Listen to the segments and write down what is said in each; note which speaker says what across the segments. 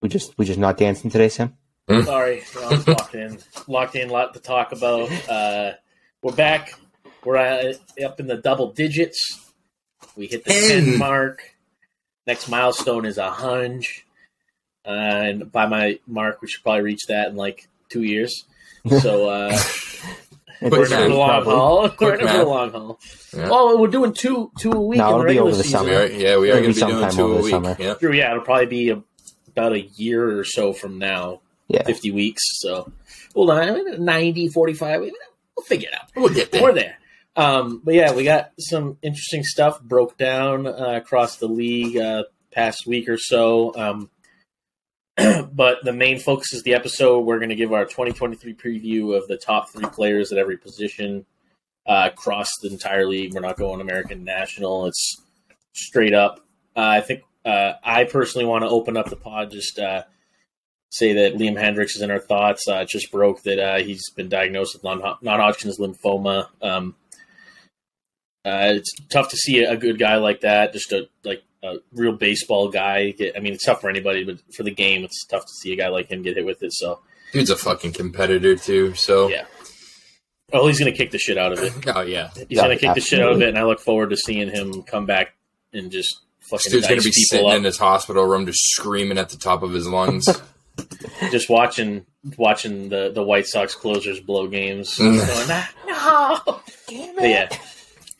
Speaker 1: We just we just not dancing today, Sam.
Speaker 2: Hmm.
Speaker 3: Sorry, you know, I was locked in. Locked in. Lot to talk about. Uh, we're back. We're uh, up in the double digits. We hit the ten
Speaker 2: Ten.
Speaker 3: mark. Next milestone is a hunch, uh, and by my mark, we should probably reach that in like two years. So uh, we're in it for the
Speaker 2: math,
Speaker 3: long
Speaker 1: Probably.
Speaker 3: haul. We're in it for
Speaker 2: math.
Speaker 3: the long haul.
Speaker 2: Yeah.
Speaker 3: Oh, and we're doing two two a week
Speaker 1: No,
Speaker 3: in the
Speaker 1: it'll be
Speaker 3: regular
Speaker 1: over the
Speaker 3: season.
Speaker 1: summer.
Speaker 2: We are, yeah, we are
Speaker 1: It'll
Speaker 2: going
Speaker 1: be
Speaker 2: to be doing
Speaker 1: sometime
Speaker 2: two
Speaker 1: over
Speaker 2: a
Speaker 1: the
Speaker 2: week.
Speaker 1: summer.
Speaker 2: Yeah.
Speaker 3: True, yeah, it'll probably be a, about a year or so from now,
Speaker 1: Yeah.
Speaker 3: 50 weeks. So, well, I- 90, 45, we- we'll figure it out.
Speaker 2: We'll get
Speaker 3: We're
Speaker 2: there.
Speaker 3: there. Um, but yeah, we got some interesting stuff broke down uh, across the league uh, past week or so. Um, but the main focus is the episode. We're going to give our 2023 preview of the top three players at every position uh, across the entire league. We're not going American National. It's straight up. Uh, I think uh, I personally want to open up the pod just uh, say that Liam Hendricks is in our thoughts. Uh, it just broke that uh, he's been diagnosed with non Hodgkin's lymphoma. Um, uh, it's tough to see a good guy like that, just a like a real baseball guy. Get, I mean, it's tough for anybody, but for the game, it's tough to see a guy like him get hit with it. So,
Speaker 2: Dude's a fucking competitor too. So
Speaker 3: Yeah. oh, he's gonna kick the shit out of it.
Speaker 2: Oh yeah.
Speaker 3: He's
Speaker 1: Yeah,
Speaker 3: gonna kick the shit out of
Speaker 1: absolutely.
Speaker 3: it, and I look forward to seeing him come back and just
Speaker 2: This
Speaker 3: fucking
Speaker 2: dude's gonna
Speaker 3: dice
Speaker 2: be
Speaker 3: people
Speaker 2: sitting
Speaker 3: up.
Speaker 2: in his hospital room just screaming at the top of his lungs.
Speaker 3: just watching watching the, the White Sox closers blow games.
Speaker 2: Mm.
Speaker 3: Going, "Ah, no, damn it. yeah.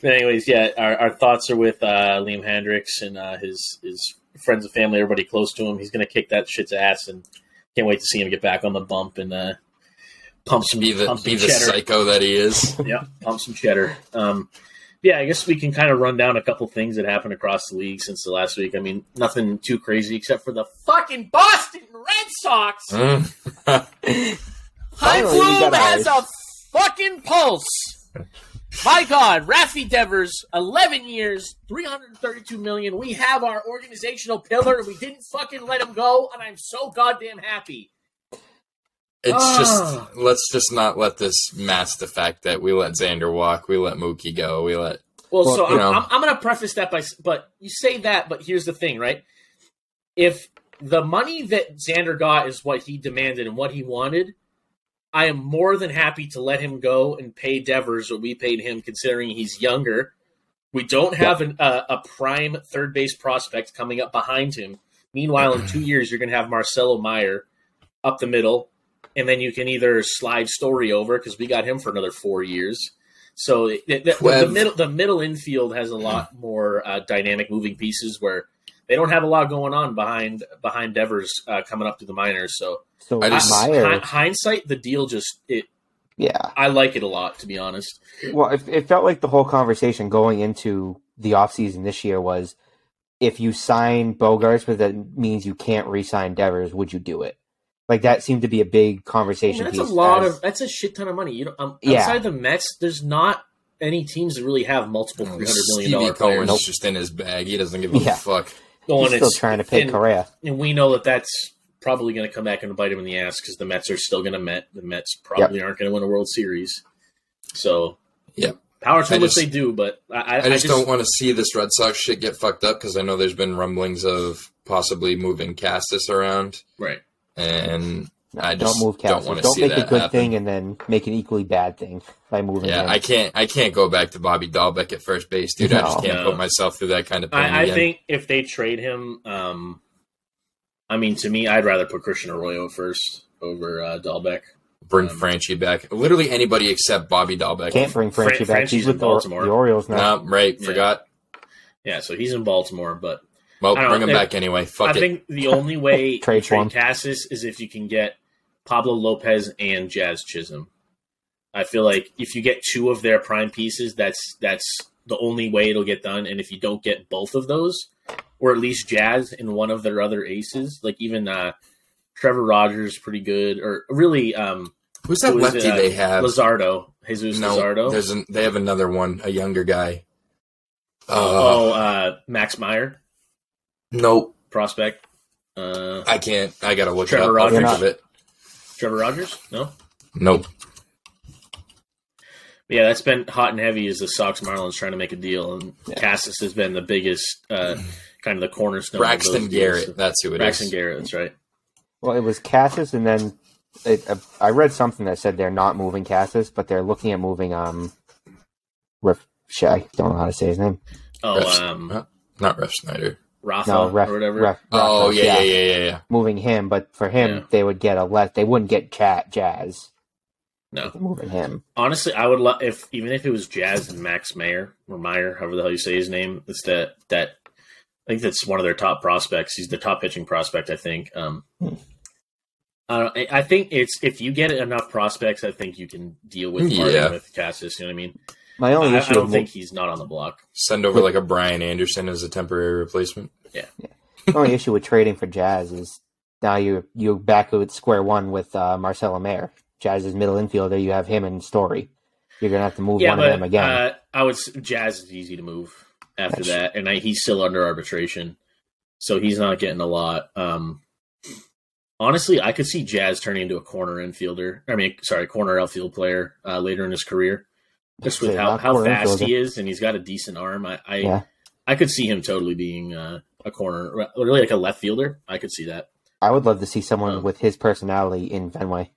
Speaker 3: But anyways, yeah, our, our thoughts are with uh, Liam Hendricks and uh, his his friends and family, everybody close to him. He's gonna kick that shit's ass, and can't wait to see him get back on the bump and uh, pump some
Speaker 2: be the
Speaker 3: pump some
Speaker 2: be the
Speaker 3: cheddar
Speaker 2: psycho that he is.
Speaker 3: yeah, pump some cheddar. Um, yeah, I guess we can kind of run down a couple things that happened across the league since the last week. I mean, nothing too crazy except for the fucking Boston Red Sox.
Speaker 2: Mm.
Speaker 3: High
Speaker 1: Finally, we
Speaker 3: Bloom
Speaker 1: got
Speaker 3: has a
Speaker 1: ours.
Speaker 3: fucking pulse. My God, Rafi Devers, eleven years, three hundred thirty-two million. We have our organizational pillar, and we didn't fucking let him go. And I'm so goddamn happy.
Speaker 2: It's
Speaker 3: Ah.
Speaker 2: just let's just not let this mask the fact that we let Xander walk, we let Mookie go, we let
Speaker 3: Well,
Speaker 1: Well,
Speaker 3: so
Speaker 2: you
Speaker 3: I'm,
Speaker 2: know.
Speaker 3: I'm, I'm going to preface that by, s- but you say that, but here's the thing, right? If the money that Xander got is what he demanded and what he wanted, I am more than happy to let him go and pay Devers what we paid him, considering he's younger. We don't have an, uh, a prime third base prospect coming up behind him. Meanwhile, in two years, you're going to have Marcelo Meyer up the middle, and then you can either slide Story over because we got him for another four years. So it- it- the, the,
Speaker 2: Twelve.
Speaker 3: middle the middle infield has a lot more uh, dynamic moving pieces where they don't have a lot going on behind behind Devers uh, coming up to the minors. So
Speaker 1: So
Speaker 2: I just-
Speaker 3: hi-
Speaker 1: Meyer,
Speaker 3: hindsight, the deal just it.
Speaker 1: yeah.
Speaker 3: I like it a lot, to be honest.
Speaker 1: Well, it, it felt like the whole conversation going into the offseason this year was if you sign Bogarts, but that means you can't re-sign Devers, would you do it? Like that seemed to be a big conversation.
Speaker 3: that's a
Speaker 1: piece
Speaker 3: lot
Speaker 1: as-
Speaker 3: of that's a shit ton of money. You know, um,
Speaker 1: Yeah.
Speaker 3: outside the Mets, there's not any teams that really have multiple three hundred million
Speaker 2: Stevie
Speaker 3: dollar
Speaker 2: Cohen's
Speaker 3: players
Speaker 2: just in his bag. He doesn't give a
Speaker 1: Yeah.
Speaker 2: fuck.
Speaker 1: he's
Speaker 3: going.
Speaker 1: still
Speaker 3: It's,
Speaker 1: trying to pay
Speaker 3: and-
Speaker 1: Correa.
Speaker 3: and we know that that's probably going to come back and bite him in the ass because the Mets are still going to met. The Mets probably aren't going to win a World Series. So,
Speaker 2: Yep.
Speaker 3: power to
Speaker 2: I
Speaker 3: them if
Speaker 2: just-
Speaker 3: they do, but I, I,
Speaker 2: I just, don't want to see this Red Sox shit get fucked up because I know there's been rumblings of possibly moving Cassis around,
Speaker 3: right.
Speaker 2: and
Speaker 1: No,
Speaker 2: I just
Speaker 1: don't move
Speaker 2: don't
Speaker 1: Cassis.
Speaker 2: wanna
Speaker 1: don't
Speaker 2: see
Speaker 1: make a
Speaker 2: that
Speaker 1: good
Speaker 2: happen.
Speaker 1: thing and then make an equally bad thing by moving.
Speaker 2: yeah,
Speaker 1: him.
Speaker 2: I can't I can't go back to Bobby Dahlbeck at first base, dude. I just
Speaker 1: No.
Speaker 2: can't
Speaker 3: No.
Speaker 2: put myself through that kind of pain.
Speaker 3: I, I
Speaker 2: again.
Speaker 3: think if they trade him, um, I mean, to me, I'd rather put Christian Arroyo first over uh, Dahlbeck.
Speaker 2: bring
Speaker 3: um,
Speaker 2: Franchi back. Literally anybody except Bobby Dahlbeck.
Speaker 1: can't bring
Speaker 3: Fran-
Speaker 1: Franchi back.
Speaker 3: Franchi's
Speaker 1: He's
Speaker 3: in
Speaker 1: with the,
Speaker 3: Baltimore.
Speaker 1: the Orioles now.
Speaker 2: no, right?
Speaker 3: Yeah.
Speaker 2: Forgot.
Speaker 3: Yeah, so he's in Baltimore, but
Speaker 2: Well,
Speaker 3: I don't
Speaker 2: bring him
Speaker 3: think-
Speaker 2: back anyway. Fuck
Speaker 3: I
Speaker 2: it.
Speaker 3: think the only way you
Speaker 1: Trade
Speaker 3: trade,
Speaker 1: for him.
Speaker 3: Cassis is if you can get Pablo Lopez and Jazz Chisholm. I feel like if you get two of their prime pieces, that's that's the only way it'll get done. And if you don't get both of those, or at least Jazz and one of their other aces, like even uh, Trevor Rogers, is pretty good, or really um,
Speaker 2: Who's that
Speaker 3: who is it,
Speaker 2: lefty
Speaker 3: uh,
Speaker 2: they have?
Speaker 3: Lazardo, Jesus
Speaker 2: no,
Speaker 3: Lazardo.
Speaker 2: there's an, they have another one, a younger guy. Uh,
Speaker 3: oh, uh, Max Meyer,
Speaker 2: nope.
Speaker 3: prospect. Uh,
Speaker 2: I can't. I gotta look
Speaker 3: Trevor
Speaker 2: it up. I'll think
Speaker 1: Rogers.
Speaker 2: of it.
Speaker 3: Trevor Rogers? No.
Speaker 2: Nope.
Speaker 3: But yeah, that's been hot and heavy is the Sox Marlins trying to make a deal, and
Speaker 1: Yeah.
Speaker 3: Cassis has been the biggest, uh, kind of the cornerstone. of those deals.
Speaker 2: Braxton Garrett. That's who it is.
Speaker 3: Braxton Garrett. That's right.
Speaker 1: Well, it was Cassis, and then it, uh, I read something that said they're not moving Cassis, but they're looking at moving um, Riff Shy. Don't know how to say his name.
Speaker 3: Oh,
Speaker 2: Braxton-
Speaker 3: um,
Speaker 2: Huh? Not Ref Snyder.
Speaker 3: Rafa
Speaker 1: No, Ref.
Speaker 3: or whatever.
Speaker 1: Ref-
Speaker 2: Oh
Speaker 1: Rafa,
Speaker 2: yeah, yeah, yeah, yeah, yeah.
Speaker 1: Moving him, but for him,
Speaker 3: Yeah.
Speaker 1: they would get a less. They wouldn't get chat Jazz.
Speaker 3: No.
Speaker 1: moving him.
Speaker 3: Honestly, I would love if even if it was Jazz and Max Mayer or Meyer, however the hell you say his name, it's that that I think that's one of their top prospects. He's the top pitching prospect, I think. Um,
Speaker 1: Hmm.
Speaker 3: I don't- I- I think it's if you get enough prospects, I think you can deal with parting
Speaker 2: Yeah.
Speaker 3: with Cassis. You know what I mean?
Speaker 1: My only
Speaker 3: I, I
Speaker 1: issue
Speaker 3: don't
Speaker 1: with
Speaker 3: think he's not on the block.
Speaker 2: Send over like a Brian Anderson as a temporary replacement.
Speaker 1: The only issue with trading for Jazz is now you you're back at square one with uh, Marcelo Mayer. Jazz is middle infielder. You have him and Story. You're gonna have to move
Speaker 3: yeah,
Speaker 1: one
Speaker 3: but
Speaker 1: of them again.
Speaker 3: Uh, I would s- Jazz is easy to move after
Speaker 1: That's-
Speaker 3: that, and I, he's still under arbitration, so he's not getting a lot. Um, honestly, I could see Jazz turning into a corner infielder. I mean, sorry, corner outfield player uh, later in his career, just with
Speaker 1: Say,
Speaker 3: how,
Speaker 1: not
Speaker 3: how
Speaker 1: corner
Speaker 3: fast he
Speaker 1: infielder.
Speaker 3: is, and he's got a decent arm. I I,
Speaker 1: Yeah.
Speaker 3: I could see him totally being uh, a corner, really like a left fielder. I could see that.
Speaker 1: I would love to see someone
Speaker 3: Oh.
Speaker 1: with his personality in Fenway.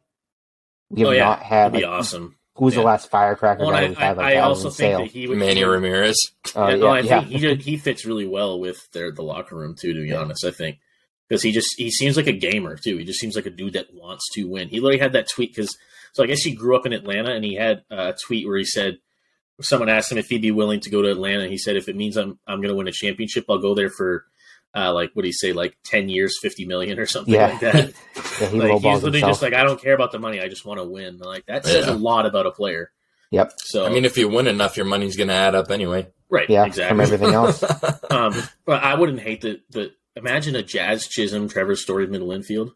Speaker 1: We have
Speaker 3: Oh, yeah.
Speaker 1: not had
Speaker 3: That'd be
Speaker 1: like,
Speaker 3: awesome.
Speaker 1: who's
Speaker 3: Yeah.
Speaker 1: the last firecracker
Speaker 3: Well,
Speaker 1: guy
Speaker 3: and
Speaker 1: we've
Speaker 3: I,
Speaker 1: had
Speaker 3: I,
Speaker 1: like
Speaker 3: I
Speaker 1: that was
Speaker 3: also
Speaker 1: in
Speaker 3: think
Speaker 1: sale.
Speaker 3: that he would
Speaker 2: Manny Ramirez.
Speaker 1: Uh,
Speaker 3: yeah, no, I
Speaker 1: yeah.
Speaker 3: think he did, he fits really well with their the locker room too. To be
Speaker 1: Yeah.
Speaker 3: honest, I think because he just he seems like a gamer too. He just seems like a dude that wants to win. He literally had that tweet because so I guess he grew up in Atlanta and he had uh, a tweet where he said someone asked him if he'd be willing to go to Atlanta. He said if it means I'm I'm going to win a championship, I'll go there for uh, like what do you say like ten years, fifty million or something
Speaker 1: Yeah.
Speaker 3: like that.
Speaker 1: Yeah, he
Speaker 3: like he's
Speaker 1: lowballs
Speaker 3: literally
Speaker 1: himself.
Speaker 3: just like I don't care about the money, I just want to win. Like that says
Speaker 2: Yeah.
Speaker 3: a lot about a player.
Speaker 1: Yep.
Speaker 3: So
Speaker 2: I mean, if you win enough, your money's going to add up anyway.
Speaker 3: right,
Speaker 1: yeah,
Speaker 3: exactly.
Speaker 1: from everything else.
Speaker 3: Um, but I wouldn't hate the the. Imagine a Jazz Chisholm, Trevor Story middle infield.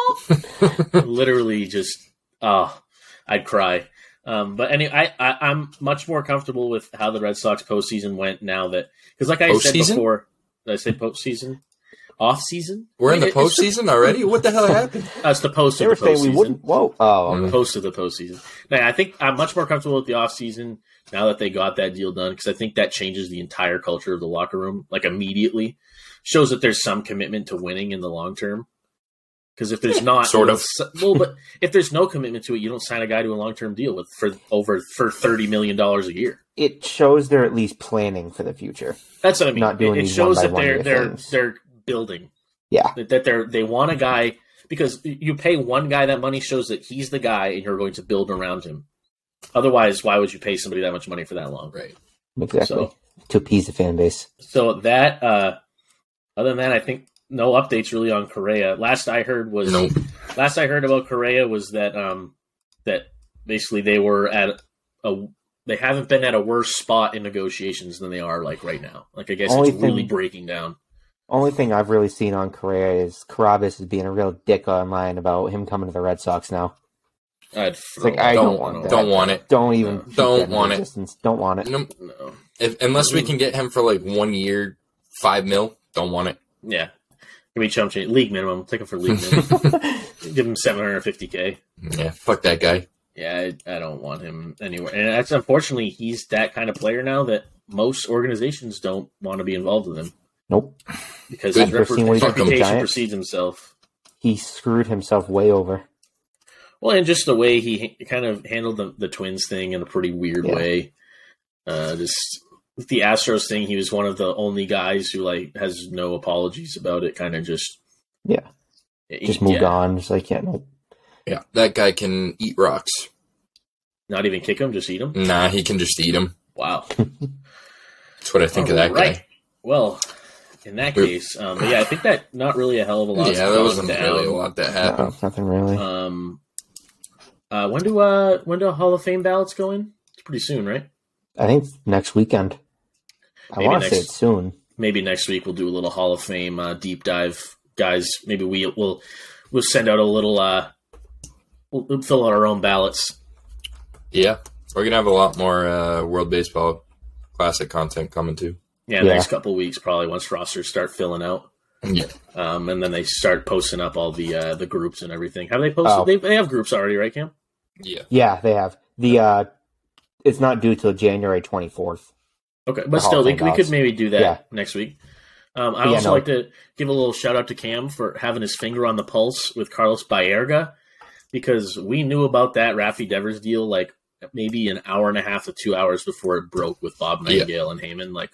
Speaker 3: Literally, just oh, I'd cry. Um, but anyway, I, I I'm much more comfortable with how the Red Sox postseason went now that because like I said
Speaker 2: Postseason?
Speaker 3: before, did I say postseason, off season.
Speaker 2: We're in the
Speaker 3: Like, it's-
Speaker 2: postseason already. What the hell happened?
Speaker 3: That's the post
Speaker 1: they
Speaker 3: of
Speaker 1: were
Speaker 3: the
Speaker 1: saying we
Speaker 3: postseason.
Speaker 1: wouldn't. Whoa! Oh,
Speaker 2: Mm.
Speaker 3: Post of the postseason. Now, I think I'm much more comfortable with the offseason now that they got that deal done because I think that changes the entire culture of the locker room like immediately. Shows that there's some commitment to winning in the long term. Because if there's not,
Speaker 2: Sort of.
Speaker 3: well, but if there's no commitment to it, you don't sign a guy to a long term deal with for over for thirty million dollars a year.
Speaker 1: it shows they're at least planning for the future.
Speaker 3: That's what I mean.
Speaker 1: Not doing
Speaker 3: it, it
Speaker 1: these
Speaker 3: shows that
Speaker 1: one-by-one
Speaker 3: they're
Speaker 1: year
Speaker 3: they're
Speaker 1: things.
Speaker 3: they're building.
Speaker 1: Yeah.
Speaker 3: That, that they're they want a guy because you pay one guy that money shows that he's the guy and you're going to build around him. Otherwise, why would you pay somebody that much money for that long?
Speaker 2: Right.
Speaker 1: Exactly.
Speaker 3: So
Speaker 1: to appease the fan base.
Speaker 3: so that uh other than that I think no updates really on Correa. Last I heard was
Speaker 2: Nope.
Speaker 3: last I heard about Correa was that um that basically they were at a they haven't been at a worse spot in negotiations than they are like right now. Like I guess
Speaker 1: Only
Speaker 3: it's really
Speaker 1: thing-
Speaker 3: breaking down.
Speaker 1: Only thing I've really seen on Correa is Carabas is being a real dick online about him coming to the Red Sox now.
Speaker 3: I'd
Speaker 1: like,
Speaker 3: throw-
Speaker 1: I
Speaker 2: don't
Speaker 1: don't want that.
Speaker 2: Don't want it.
Speaker 1: Don't even
Speaker 3: No.
Speaker 1: keep
Speaker 2: Don't
Speaker 1: that in
Speaker 2: want it.
Speaker 1: existence. Don't want it.
Speaker 2: No,
Speaker 3: No.
Speaker 2: if, unless we can get him for like one year, five mil. Don't want it.
Speaker 3: Yeah. Give me chump change. League minimum. Take him for league minimum. Give him 750K.
Speaker 2: yeah, fuck that guy.
Speaker 3: Yeah, I, I don't want him anywhere. And that's unfortunately, he's that kind of player now that most organizations don't want to be involved with him
Speaker 1: nope.
Speaker 3: because
Speaker 2: Good.
Speaker 3: his rep-
Speaker 1: Ever seen what he
Speaker 2: did to the
Speaker 3: reputation
Speaker 1: Giants?
Speaker 3: precedes himself.
Speaker 1: He screwed himself way over.
Speaker 3: Well, and just the way he ha- kind of handled the, the Twins thing in a pretty weird
Speaker 1: Yeah.
Speaker 3: way. Uh, just with the Astros thing, he was one of the only guys who like has no apologies about it. Kind of just
Speaker 1: Yeah.
Speaker 3: He-
Speaker 1: Just moved
Speaker 3: yeah.
Speaker 1: on. Just like yeah, no.
Speaker 2: Yeah, that guy can eat rocks.
Speaker 3: Not even kick him, just eat
Speaker 1: Mm.
Speaker 3: him.
Speaker 2: Nah, he can just eat them.
Speaker 3: Wow.
Speaker 2: That's what I think of that
Speaker 3: Alright.
Speaker 2: guy.
Speaker 3: Well, in that
Speaker 2: Oop.
Speaker 3: case, um, but yeah, I think that not really a hell of a lot.
Speaker 2: Yeah, there
Speaker 3: gone
Speaker 2: wasn't
Speaker 3: down.
Speaker 2: really a lot that happened.
Speaker 1: no, nothing really.
Speaker 3: Um, uh, when do uh, when do Hall of Fame ballots go in? It's pretty soon, right?
Speaker 1: I think it's next weekend. I
Speaker 3: Maybe
Speaker 1: want to say
Speaker 3: next-
Speaker 1: it's soon.
Speaker 3: Maybe next week we'll do a little Hall of Fame uh, deep dive, guys. Maybe we will we'll send out a little. Uh, we'll, we'll fill out our own ballots.
Speaker 2: Yeah, we're gonna have a lot more uh, World Baseball Classic content coming too.
Speaker 3: Yeah,
Speaker 1: Yeah.
Speaker 3: next couple weeks, probably once rosters start filling out.
Speaker 2: Yeah.
Speaker 3: Um, and then they start posting up all the uh, the groups and everything. Have they posted?
Speaker 1: Oh.
Speaker 3: They, they have groups already, right, Cam?
Speaker 2: Yeah.
Speaker 1: Yeah, they have the. uh It's not due till January twenty fourth.
Speaker 3: Okay,
Speaker 1: The
Speaker 3: but
Speaker 1: Hall
Speaker 3: still,
Speaker 1: of
Speaker 3: we,
Speaker 1: Fame
Speaker 3: we could
Speaker 1: docs.
Speaker 3: maybe do that
Speaker 1: Yeah.
Speaker 3: next week. Um, I
Speaker 1: Yeah,
Speaker 3: also
Speaker 1: no.
Speaker 3: like to give a little shout out to Cam for having his finger on the pulse with Carlos Baerga because we knew about that Rafi Devers deal like maybe an hour and a half to two hours before it broke with Bob
Speaker 2: Yeah.
Speaker 3: Nightingale and Heyman. Like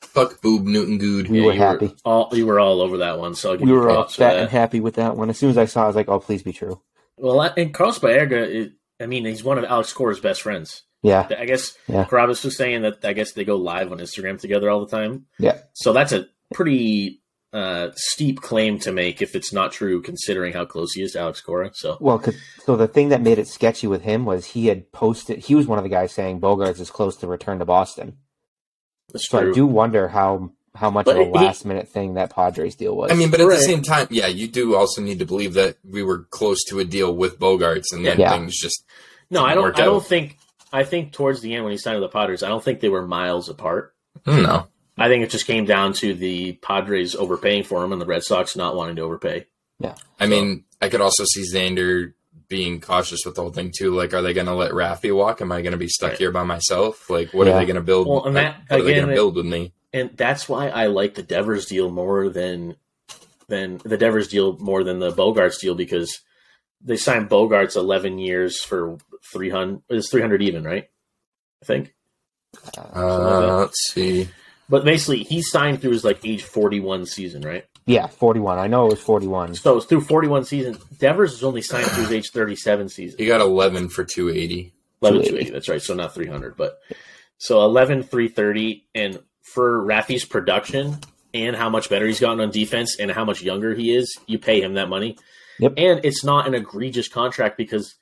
Speaker 2: Fuck Boob Newton Good.
Speaker 1: We
Speaker 3: yeah,
Speaker 1: were
Speaker 3: you
Speaker 1: happy.
Speaker 3: all you were all over that one. So I'll give
Speaker 1: we
Speaker 3: you
Speaker 1: were
Speaker 3: props for
Speaker 1: upset and
Speaker 3: that.
Speaker 1: happy with that one. As soon as I saw, it, I was like, "Oh, please be true."
Speaker 3: Well, I- and Carlos Baerga, is, I mean, he's one of Alex Cora's best friends.
Speaker 1: Yeah,
Speaker 3: I guess
Speaker 1: Yeah.
Speaker 3: Carabas was saying that I guess they go live on Instagram together all the time.
Speaker 1: Yeah.
Speaker 3: So that's a pretty uh, steep claim to make if it's not true, considering how close he is to Alex Cora. So
Speaker 1: Well, 'cause- so the thing that made it sketchy with him was he had posted. He was one of the guys saying Bogarts is close to return to Boston.
Speaker 3: that's
Speaker 1: So
Speaker 3: true.
Speaker 1: I do wonder how how much
Speaker 3: But
Speaker 1: of a
Speaker 3: he-
Speaker 1: last minute thing that Padres deal was.
Speaker 2: I mean, but at
Speaker 3: Right.
Speaker 2: the same time, yeah, you do also need to believe that we were close to a deal with Bogarts, and then
Speaker 1: Yeah.
Speaker 2: things just
Speaker 3: no, I don't.
Speaker 2: worked
Speaker 3: I don't
Speaker 2: out.
Speaker 3: think. I think towards the end when he signed with the Padres, I don't think they were miles apart.
Speaker 2: no.
Speaker 3: I think it just came down to the Padres overpaying for him and the Red Sox not wanting to overpay.
Speaker 2: I mean, I could also see Xander being cautious with the whole thing too. Like, are they going to let Raffy walk? Am I going to be stuck
Speaker 3: Right.
Speaker 2: here by myself? Like, what
Speaker 1: Yeah.
Speaker 2: are they going to build?
Speaker 3: Well, and that-
Speaker 2: like, what are they
Speaker 3: again,
Speaker 2: going to
Speaker 3: it-
Speaker 2: build with me?
Speaker 3: and that's why I like the Devers deal more than than the Devers deal more than the Bogarts deal because they signed Bogarts eleven years for three hundred is three hundred even right, I think.
Speaker 2: Uh, let's see.
Speaker 3: But basically, he signed through his like age forty one season, right?
Speaker 1: yeah, forty one. I know it was forty one.
Speaker 3: So it's through forty one season. Devers is only signed through his age thirty seven season.
Speaker 2: He got eleven for two eighty.
Speaker 3: 11
Speaker 1: 280.
Speaker 3: 280 that's right so not 300 but so 11 330 and for Rafi's production and how much better he's gotten on defense and how much younger he is you pay him that money
Speaker 1: Yep.
Speaker 3: and it's not an egregious contract because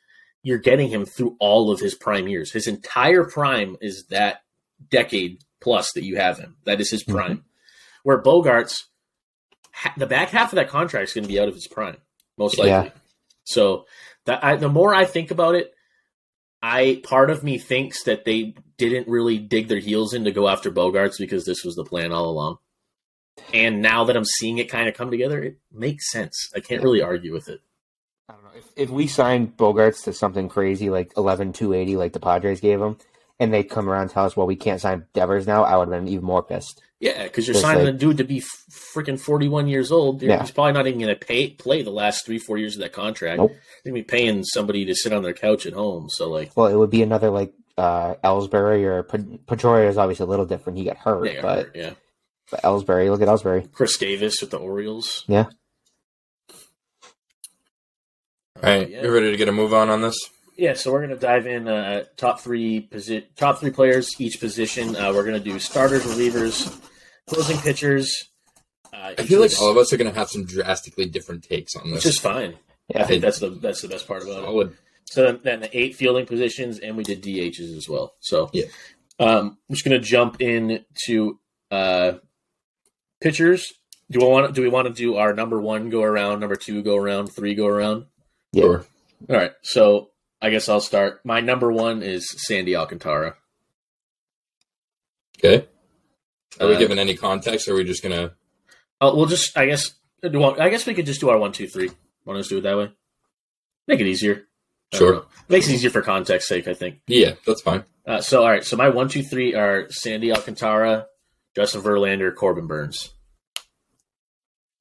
Speaker 3: you're getting him through all of his prime years his entire prime is that decade plus that you have him that is his prime where Bogarts ha- the back half of that contract is going to be out of his prime most likely
Speaker 1: Yeah.
Speaker 3: so that I, the more I think about it I part of me thinks that they didn't really dig their heels in to go after Bogarts because this was the plan all along. And now that I'm seeing it kind of come together, it makes sense. I can't really argue with it.
Speaker 1: I don't know if, if we signed Bogarts to something crazy like eleven two eighty, like the Padres gave him, and they come around and tell us, "Well, we can't sign Devers now," I would have been even more pissed.
Speaker 3: Yeah, because you're
Speaker 1: It's
Speaker 3: signing
Speaker 1: like-
Speaker 3: a dude to be f- freaking 41 years old. You're-
Speaker 1: Yeah.
Speaker 3: He's probably not even going to pay play the last three, four years of that contract.
Speaker 1: Nope.
Speaker 3: They're going to be paying somebody to sit on their couch at home. So, like,
Speaker 1: Well, it would be another like uh, Ellsbury or Pe- Pedroia is obviously a little different. He got hurt,
Speaker 3: they
Speaker 1: but,
Speaker 3: are, yeah.
Speaker 1: but Ellsbury, look at Ellsbury.
Speaker 3: Chris Davis with the Orioles.
Speaker 1: Yeah.
Speaker 2: All right,
Speaker 3: Yeah.
Speaker 2: you ready to get a move on on this?
Speaker 3: Yeah, so we're gonna dive in uh, top three posi- top three players each position. Uh, we're gonna do starters, relievers, closing pitchers. Uh,
Speaker 2: I
Speaker 3: each
Speaker 2: feel like
Speaker 3: this-
Speaker 2: all of us are going to have some drastically different takes on
Speaker 3: which
Speaker 2: this.
Speaker 3: is fine. I
Speaker 1: Yeah.
Speaker 3: think that's the that's the best part about it.
Speaker 2: solid.
Speaker 3: So then the eight fielding positions, and we did DHs as well. So
Speaker 2: Yeah.
Speaker 3: um, I'm just gonna jump in to uh, pitchers. Do we want do we want to do our number one go around, number two go around, three go around?
Speaker 1: Yeah.
Speaker 2: Sure.
Speaker 3: All right, so I guess I'll start. My number one is Sandy Alcantara.
Speaker 2: Okay. Are we
Speaker 3: Uh,
Speaker 2: given any context? Or are we just going to?
Speaker 3: Oh, we'll just. I guess. uh, well, I guess we could just do our one, two, three. Want to just do it that way? Make it easier. I don't
Speaker 2: Sure.
Speaker 3: know. Makes it easier for context sake, I think.
Speaker 2: Yeah, that's fine.
Speaker 3: Uh, so, all right. So my one, two, three are Sandy Alcantara, Justin Verlander, Corbin Burns.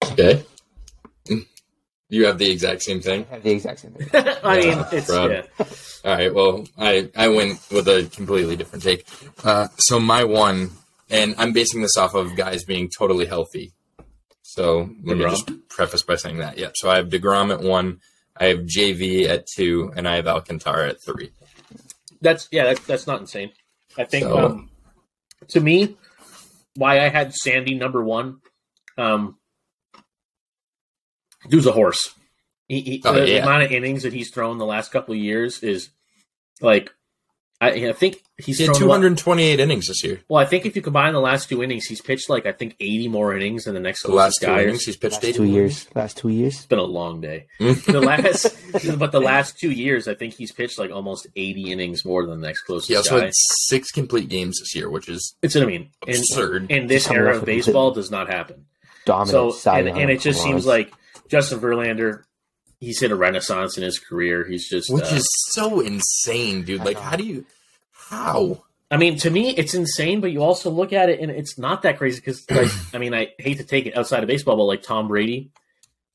Speaker 2: Okay. You have the exact same thing.
Speaker 1: I have the exact same thing.
Speaker 3: I mean,
Speaker 2: Yeah,
Speaker 3: it's
Speaker 2: proud.
Speaker 3: yeah.
Speaker 2: All right. Well, I I went with a completely different take. Uh, so my one, and I'm basing this off of guys being totally healthy. So let me
Speaker 3: DeGrom?
Speaker 2: just preface by saying that. Yeah. So I have Degrom at one, I have JV at two, and I have Alcantara at three.
Speaker 3: That's yeah. That's that's not insane. I think
Speaker 2: So-
Speaker 3: um, to me, why I had Sandy number one, um, dude's a horse. He, he,
Speaker 2: Oh,
Speaker 3: the, the
Speaker 2: yeah.
Speaker 3: amount of innings that he's thrown the last couple of years is like, I, I think he's
Speaker 2: He had
Speaker 3: thrown
Speaker 2: 228 innings this year.
Speaker 3: Well, I think if you combine the last two innings, he's pitched like I think eighty more innings than the next
Speaker 2: The last
Speaker 3: closest
Speaker 2: two
Speaker 3: guy.
Speaker 2: innings, he's pitched
Speaker 1: Last
Speaker 2: eight
Speaker 1: two years. Last two years.
Speaker 3: It's been a long day.
Speaker 2: innings.
Speaker 3: The last, but the last two years, I think he's pitched like almost eighty innings more than the next closest
Speaker 2: He also
Speaker 3: guy.
Speaker 2: had six complete games this year, which is
Speaker 3: it's what I mean. And
Speaker 2: absurd.
Speaker 3: in this
Speaker 1: Coming
Speaker 3: era
Speaker 1: off
Speaker 3: of
Speaker 1: of a
Speaker 3: baseball does not happen.
Speaker 1: dominant.
Speaker 3: so
Speaker 1: Cy
Speaker 3: and,
Speaker 1: Young
Speaker 3: and it just
Speaker 1: was.
Speaker 3: seems like Justin Verlander, he's hit a renaissance in his career. He's just
Speaker 2: which
Speaker 3: uh,
Speaker 2: is so insane, dude.
Speaker 1: I
Speaker 2: Like,
Speaker 1: know.
Speaker 2: how do you? How?
Speaker 3: I mean, to me, it's insane, but you also look at it and it's not that crazy because, like, I mean, I hate to take it outside of baseball, but like Tom Brady,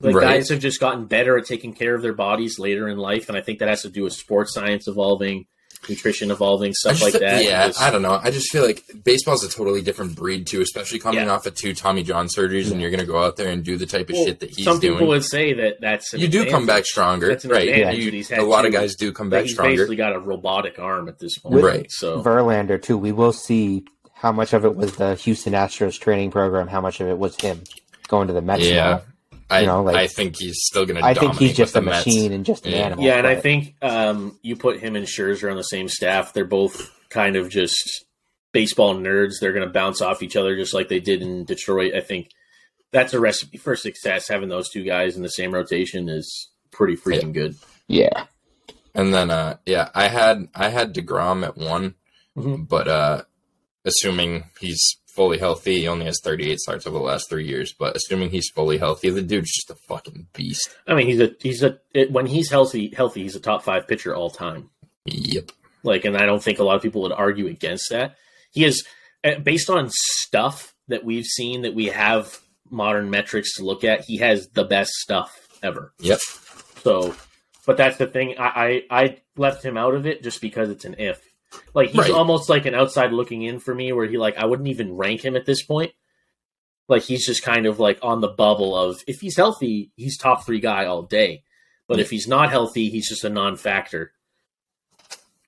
Speaker 3: like
Speaker 2: Right.
Speaker 3: guys have just gotten better at taking care of their bodies later in life, and I think that has to do with sports science evolving, nutrition evolving,
Speaker 2: I
Speaker 3: stuff
Speaker 2: just
Speaker 3: like
Speaker 2: feel-
Speaker 3: that.
Speaker 2: Yeah,
Speaker 3: Just-
Speaker 2: I don't know. I just feel like baseball's a totally different breed too, especially coming
Speaker 3: Yeah.
Speaker 2: off of two Tommy John surgeries, and you're going to go out there and do the type of
Speaker 3: Well,
Speaker 2: shit that he's
Speaker 3: some people
Speaker 2: doing.
Speaker 3: would say that that's an
Speaker 2: you do come back
Speaker 3: advantage.
Speaker 2: stronger,
Speaker 3: That's an
Speaker 2: right?
Speaker 3: advantage
Speaker 2: You-
Speaker 3: that he's had
Speaker 2: a lot of
Speaker 3: too,
Speaker 2: guys do come
Speaker 3: That
Speaker 2: back
Speaker 3: he's
Speaker 2: stronger.
Speaker 3: basically got a robotic arm at this point,
Speaker 1: With-
Speaker 2: Right.
Speaker 3: So
Speaker 1: Verlander too. We will see how much of it was the Houston Astros training program, how much of it was him going to the Mets.
Speaker 2: Yeah,
Speaker 1: now.
Speaker 2: I,
Speaker 1: know, like-
Speaker 2: I think he's still going to.
Speaker 1: I think he's just
Speaker 2: the
Speaker 1: a
Speaker 2: Mets.
Speaker 1: machine and just an
Speaker 2: Yeah.
Speaker 1: animal.
Speaker 3: yeah, and I
Speaker 1: but-
Speaker 3: think um, you put him and Scherzer on the same staff. They're both kind of just baseball nerds. They're going to bounce off each other just like they did in Detroit. I think that's a recipe for success. Having those two guys in the same rotation is pretty freaking good.
Speaker 1: yeah,
Speaker 2: And then uh yeah, I had I had Degrom at one,
Speaker 3: Mhm.
Speaker 2: but uh assuming he's fully healthy, he only has 38 starts over the last three years. But assuming he's fully healthy, the dude's just a fucking beast.
Speaker 3: I mean, he's a he's a it, when he's healthy healthy he's a top five pitcher all time.
Speaker 2: Yep.
Speaker 3: Like, and I don't think a lot of people would argue against that. He is eh, based on stuff that we've seen that we have modern metrics to look at. He has the best stuff ever.
Speaker 2: Yep.
Speaker 3: So, but that's the thing. I I, I left him out of it just because it's an if. Like he's
Speaker 2: Right.
Speaker 3: almost like an outside looking in for me, where he like I wouldn't even rank him at this point. Like he's just kind of like on the bubble of if he's healthy, he's top three guy all day, but if he's not healthy, he's just a non factor.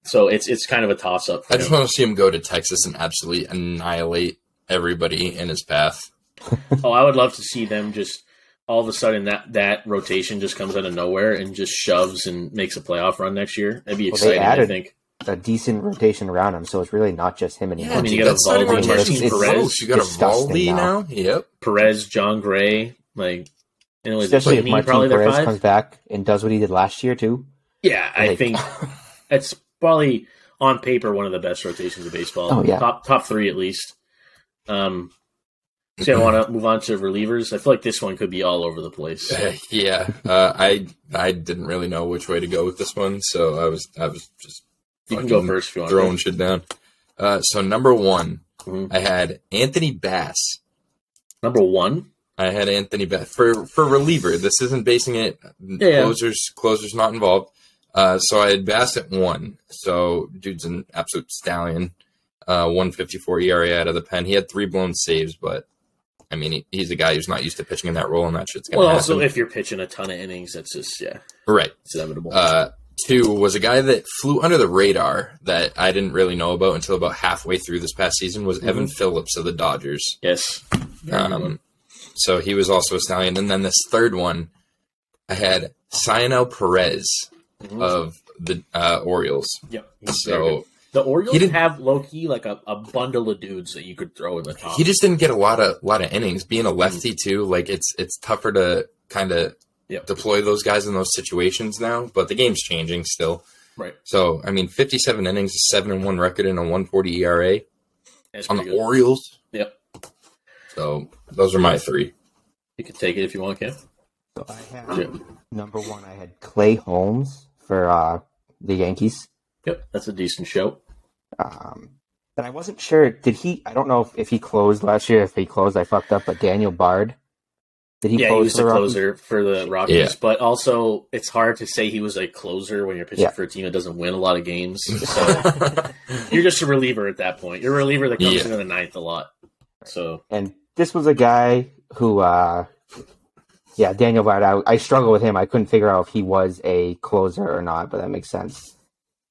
Speaker 3: So it's it's kind of a toss up.
Speaker 2: I just want to see him go to Texas and absolutely annihilate everybody in his path.
Speaker 3: Oh, I would love to see them just all of a sudden that that rotation just comes out of nowhere and just shoves and makes a playoff run next year. That'd be
Speaker 1: Well, they
Speaker 3: exciting. I
Speaker 1: added-
Speaker 3: think.
Speaker 1: a decent rotation around him, so it's really not just him anymore.
Speaker 3: I mean, you got a
Speaker 2: that's not even
Speaker 1: Valdi,
Speaker 2: touching
Speaker 1: it's- it's
Speaker 2: Perez. You got a
Speaker 1: disgusting
Speaker 2: Valdi
Speaker 1: now.
Speaker 2: now. Yep.
Speaker 3: Perez, John Gray, like and it was
Speaker 1: Especially if
Speaker 3: Panini
Speaker 1: Martin
Speaker 3: probably their
Speaker 1: Perez
Speaker 3: five.
Speaker 1: comes back and does what he did last year too.
Speaker 3: yeah, I
Speaker 1: Like-
Speaker 3: think that's probably on paper one of the best rotations of baseball.
Speaker 1: Oh, yeah.
Speaker 3: top top three at least. Um, so I want to move on to relievers. I feel like this one could be all over the place.
Speaker 2: Uh, yeah, uh, I I didn't really know which way to go with this one, so I was I was just
Speaker 3: You can go
Speaker 2: fucking
Speaker 3: first if you want.
Speaker 2: throwing shit down. Uh, so number one,
Speaker 3: Mhm.
Speaker 2: I had Anthony Bass.
Speaker 3: Number one.
Speaker 2: I had Anthony Bass for for reliever. This isn't basing it.
Speaker 3: Yeah.
Speaker 2: Closers closers not involved. Uh, so I had Bass at one. So dude's an absolute stallion. Uh, 154 ERA out of the pen. He had three blown saves, but I mean he, he's a guy who's not used to pitching in that role, and that shit's gonna
Speaker 3: Well,
Speaker 2: happen.
Speaker 3: also if you're pitching a ton of innings, that's just yeah,
Speaker 2: right.
Speaker 3: it's inevitable.
Speaker 2: uh, two was a guy that flew under the radar that I didn't really know about until about halfway through this past season was
Speaker 3: Mm-hmm.
Speaker 2: Evan Phillips of the Dodgers.
Speaker 3: yes. Very good one.
Speaker 2: Um, so he was also a stallion. And then this third one, I had Cyanel Perez
Speaker 3: Mhm.
Speaker 2: of the uh, Orioles.
Speaker 3: Yep. Very good.
Speaker 2: So
Speaker 3: the Orioles
Speaker 2: he didn't-
Speaker 3: have low key like a, a bundle of dudes that you could throw in the top.
Speaker 2: he just didn't get a lot of lot of innings. Being a lefty too, like it's it's tougher to kind of
Speaker 3: Mm-hmm. Yep.
Speaker 2: deploy those guys in those situations now. But the game's changing still.
Speaker 3: right.
Speaker 2: So I mean, 57 innings, a seven and one record, and a 140 ERA.
Speaker 3: That's
Speaker 2: on
Speaker 3: pretty
Speaker 2: the
Speaker 3: good.
Speaker 2: Orioles.
Speaker 3: Yep.
Speaker 2: So those are my three.
Speaker 3: You can take it if you want, Cam.
Speaker 1: So I had
Speaker 3: Yeah.
Speaker 1: number one. I had Clay Holmes for uh, the Yankees.
Speaker 3: Yep, that's a decent show.
Speaker 1: Um, and I wasn't sure. Did he? I don't know if, if he closed last year. If he closed, I fucked up. But Daniel Bard, did he
Speaker 3: yeah, he
Speaker 1: close
Speaker 3: was
Speaker 1: for
Speaker 3: the
Speaker 1: the Rockies?
Speaker 3: closer for the Rockies,
Speaker 2: Yeah.
Speaker 3: but also it's hard to say he was a closer when you're pitching
Speaker 1: Yeah.
Speaker 3: for a team that doesn't win a lot of games. So you're just a reliever at that point. You're a reliever that comes
Speaker 2: Yeah.
Speaker 3: in in the ninth a lot. So
Speaker 1: And this was a guy who, uh, yeah, Daniel Bard. I, I struggle with him. I couldn't figure out if he was a closer or not, but that makes sense.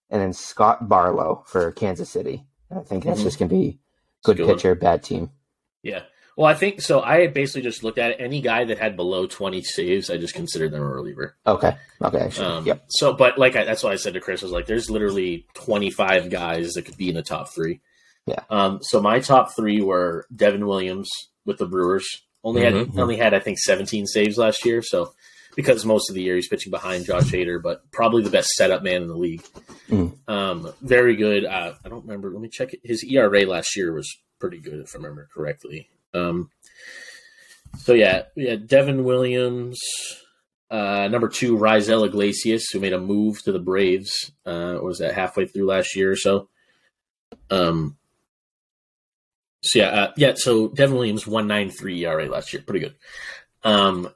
Speaker 1: And then Scott Barlow for Kansas City. I think that's
Speaker 3: Mhm.
Speaker 1: just gonna be good
Speaker 3: Good one.
Speaker 1: pitcher, bad team.
Speaker 3: yeah. Well, I think so. I had basically just looked at it. Any guy that had below 20 saves, I just considered them a reliever.
Speaker 1: Okay, okay, sure.
Speaker 3: Um,
Speaker 1: yep.
Speaker 3: So, but like I, that's why I said to Chris, I was like, there's literally 25 guys that could be in the top three.
Speaker 1: Yeah.
Speaker 3: Um. So my top three were Devin Williams with the Brewers. Only
Speaker 2: Mhm.
Speaker 3: had only had I think 17 saves last year. So because most of the year he's pitching behind Josh Hader, but probably the best setup man in the league.
Speaker 1: Mm.
Speaker 3: Um. Very good. Uh, I don't remember. Let me E check. it. His ERA last year was pretty good if I remember correctly. Um. So yeah, yeah, Devin Williams, uh, number two, Rizal Iglesias, who made a move to the Braves. Uh, what was that halfway through last year or so? Um. So yeah, uh, yeah. So Devin Williams one nine three ERA last year, pretty good. Um.